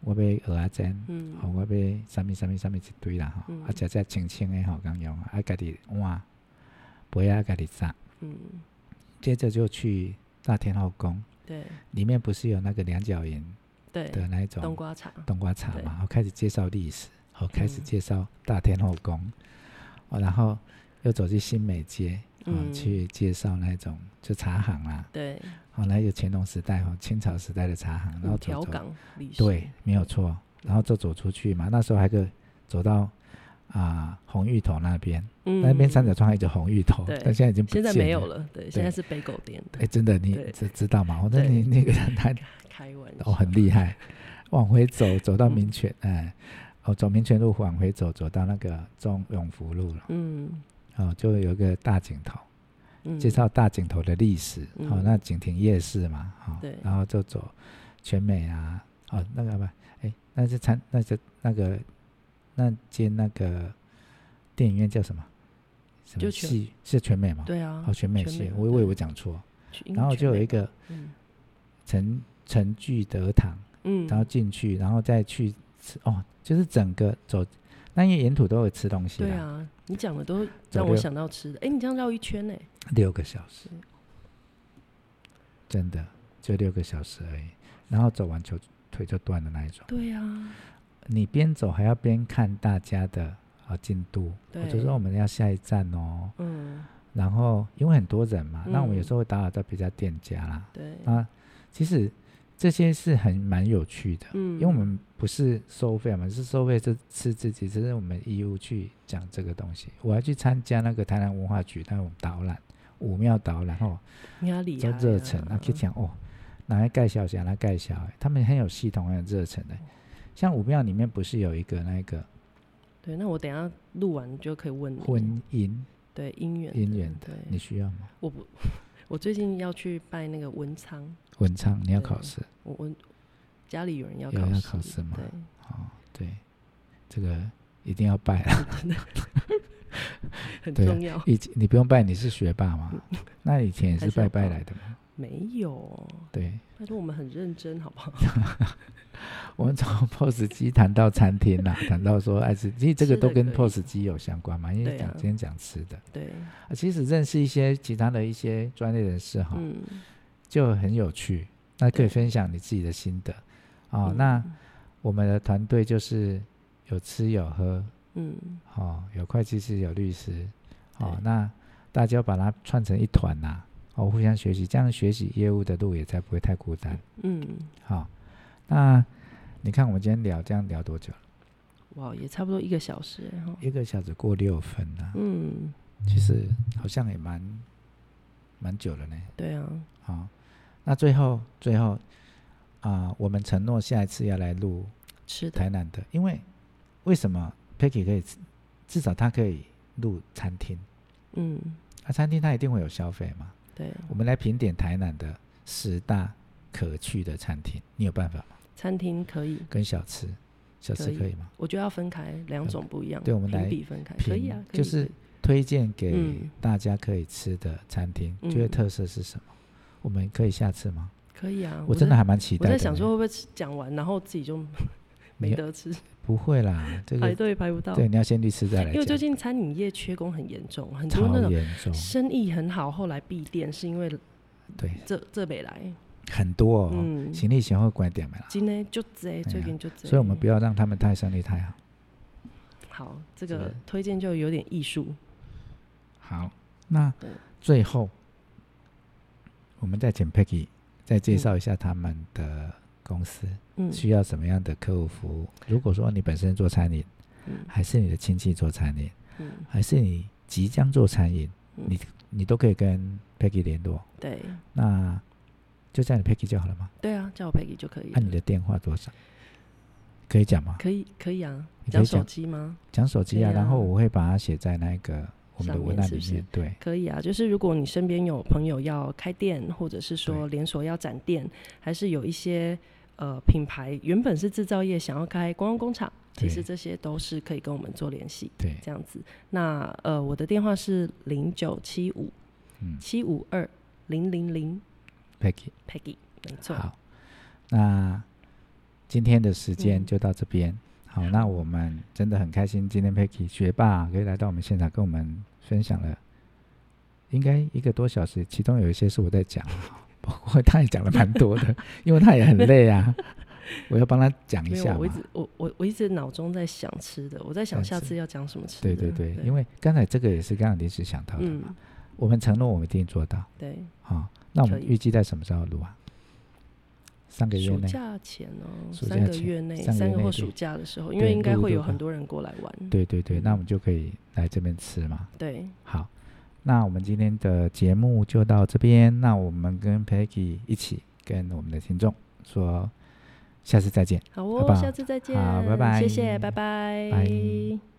我要蚵仔煎，嗯，吼、哦我要啥物啥物啥物一堆啦吼，嗯啊食只清清的吼，刚用啊家己碗，杯啊家己炸，嗯，接着就去大天后宫，对里面不是有那个两角银对，的那一冬种瓜茶，冬瓜茶对嘛，哦我开始介绍历史，我开始嗯介绍大天后宫，哦，然后又走去新美街，啊、嗯去介绍那种就茶行啦，对，后来有乾隆时代哦，清朝时代的茶行，然后走五条走，港嗯历史，对，没有错，然后就走出去嘛，那时候还可以走到啊、红芋头那边，嗯，那边三角窗还有一个红芋头，对但现在已经不现在见没有。了，对，对现在是北狗店，哎，真的，你对知知道吗？我那对你那个 他开玩笑，哦，很厉害，往回走，走到嗯民权，哎、哦，走民权路往回走，走到那个中永福路了，嗯哦，就有一个大井头，嗯，介绍大井头的历史，哦嗯，那井亭夜市嘛，哦对，然后就走全美啊，哦，那个不，哎，那是餐，那是那个那间那个电影院叫什么？什就么全戏是全美吗？，对啊，哦，全美全戏美，我以为我讲错。全然后就有一，个全美陈陈聚德堂，嗯然后嗯，进去，然后再去吃，哦，就是整个走，那因为沿途都有吃东西对啦，啊，你讲的都走让我六想到吃的。哎，你这样绕一圈呢？六个小时对，真的就六个小时而已。然后走完就腿就断的那一种，对啊，你边走还要边看大家的啊进度，我就对说我们要下一站哦。嗯，然后因为很多人嘛，那我们有嗯时候会打扰到别家店家啦。对，啊，其实这些是很蛮有趣的，嗯，因为我们不是收费，我们是收费是是自己，这是我们义务去讲这个东西。我还去参加那个台南文化局那种导览，武庙导览哦，压力都热忱，那可以讲啊哦，哪来介绍谁，哪介绍的，他们很有系统，很有热忱的。像武庙里面不是有一个那个嗯对，那我等一下录完就可以问你。婚姻对姻缘姻缘对的，你需要吗？我不， 我最近要去拜那个文昌，文昌你要对考试我我家里有人要有考要试，考试吗对，哦，对，这个一定要拜啦。很对啊重要。以前 你不用拜，你是学霸嘛？那以前也还是是要拜拜拜来的嘛？没有，对。拜托我们很认真，好不好？我们从 POS 机谈到餐厅啦、谈到说爱吃，其实这个吃的都跟可以 POS 机有相关嘛，因为对讲、啊今天讲吃的、对，啊其实认识一些其他的一些专业人士哈、嗯，就很有趣，那可以对分享你自己的心得哦、嗯那我们的团队就是有吃有喝嗯，哦，有会计师有律师哦对，那大家把它串成一团呐、哦，互相学习，这样学习业务的路也才不会太孤单。嗯，好、那你看我们今天聊这样聊多久？哇，也差不多一个小时哎哈。一个小时过六分啊，嗯，其实好像也蛮蛮久了呢。对啊，好、那最后最后啊、我们承诺下一次要来录吃的，台南的，因为为什么 Picky 可以吃至少他可以录餐厅，嗯，啊，餐厅他一定会有消费嘛。对，我们来评点台南的十大可去的餐厅，你有办法吗？餐厅可以，跟小吃，小吃可以可以吗？我觉得要分开两种不一样，对我们来评比分开，可以啊评，可以就是推荐给嗯大家可以吃的餐厅，嗯觉得特色是什么？我们可以下次吗？可以啊。我真的在还蛮期我待的。在想说，会不会吃讲完，然后自己就没没有得吃，不会啦，这排个队排不到。对，你要先去吃再来因讲为最。近餐饮业缺工很严重，很多超那种严重，生意很好，后来闭店是因为对，这这北来，很多哦，嗯，行李前后关点没了，今天就这，最近就这，哎嗯所以我们不要让他们太生意太好。好，这是个吧推荐就有点艺术，好，那对最后我们再请 Peggy 再介绍一下他们的公司嗯需要什么样的客户服务。如果说你本身做餐饮，嗯还是你的亲戚做餐饮，嗯，还是你即将做餐饮，嗯你你都可以跟 Peggy 联络。对那就叫你 Peggy 就好了嘛。对啊，叫我 Peggy 就可以了按、你的电话多少？可以讲吗？可以可以啊，你可以讲讲手机吗？讲手机啊，对啊然后我会把它写在那个我们的上面文案里是面。不是对，可以啊，就是如果你身边有朋友要开店，或者是说连锁要展店，还是有一些呃品牌原本是制造业想要开观光工厂，其实对这些都是可以跟我们做联系。对，这样子。那呃，我的电话是零九七五嗯七五二零零零，Peggy， Peggy，没错。好。那今天的时间嗯就到这边。好，那我们真的很开心，今天 Peggy 学霸可以来到我们现场，跟我们分享了应该一个多小时，其中有一些是我在讲， 不过他也讲了蛮多 的，因为他也很累啊，我要帮他讲一没有下，嘛。我一直我我我一直脑中在想吃的，我在想想下吃次要讲什么吃对的。对对，因为为刚才这个也是刚刚临时想到的嘛，嗯，我们承诺我们一定做到。对，好、那我可们以预计在什么时候录啊？上个月暑内，假前哦，暑三假个前月内，三个三月个内或对暑假的时候，因对为应该陆会陆有续很多人过来玩。对对对，嗯那我们就可以来这边吃嘛。对，好，那我们今天的节目就到这边，那我们跟 Peggy 一起跟我们的听众说，下次再见。好好不哦，好下次再见，好拜拜谢谢，拜拜拜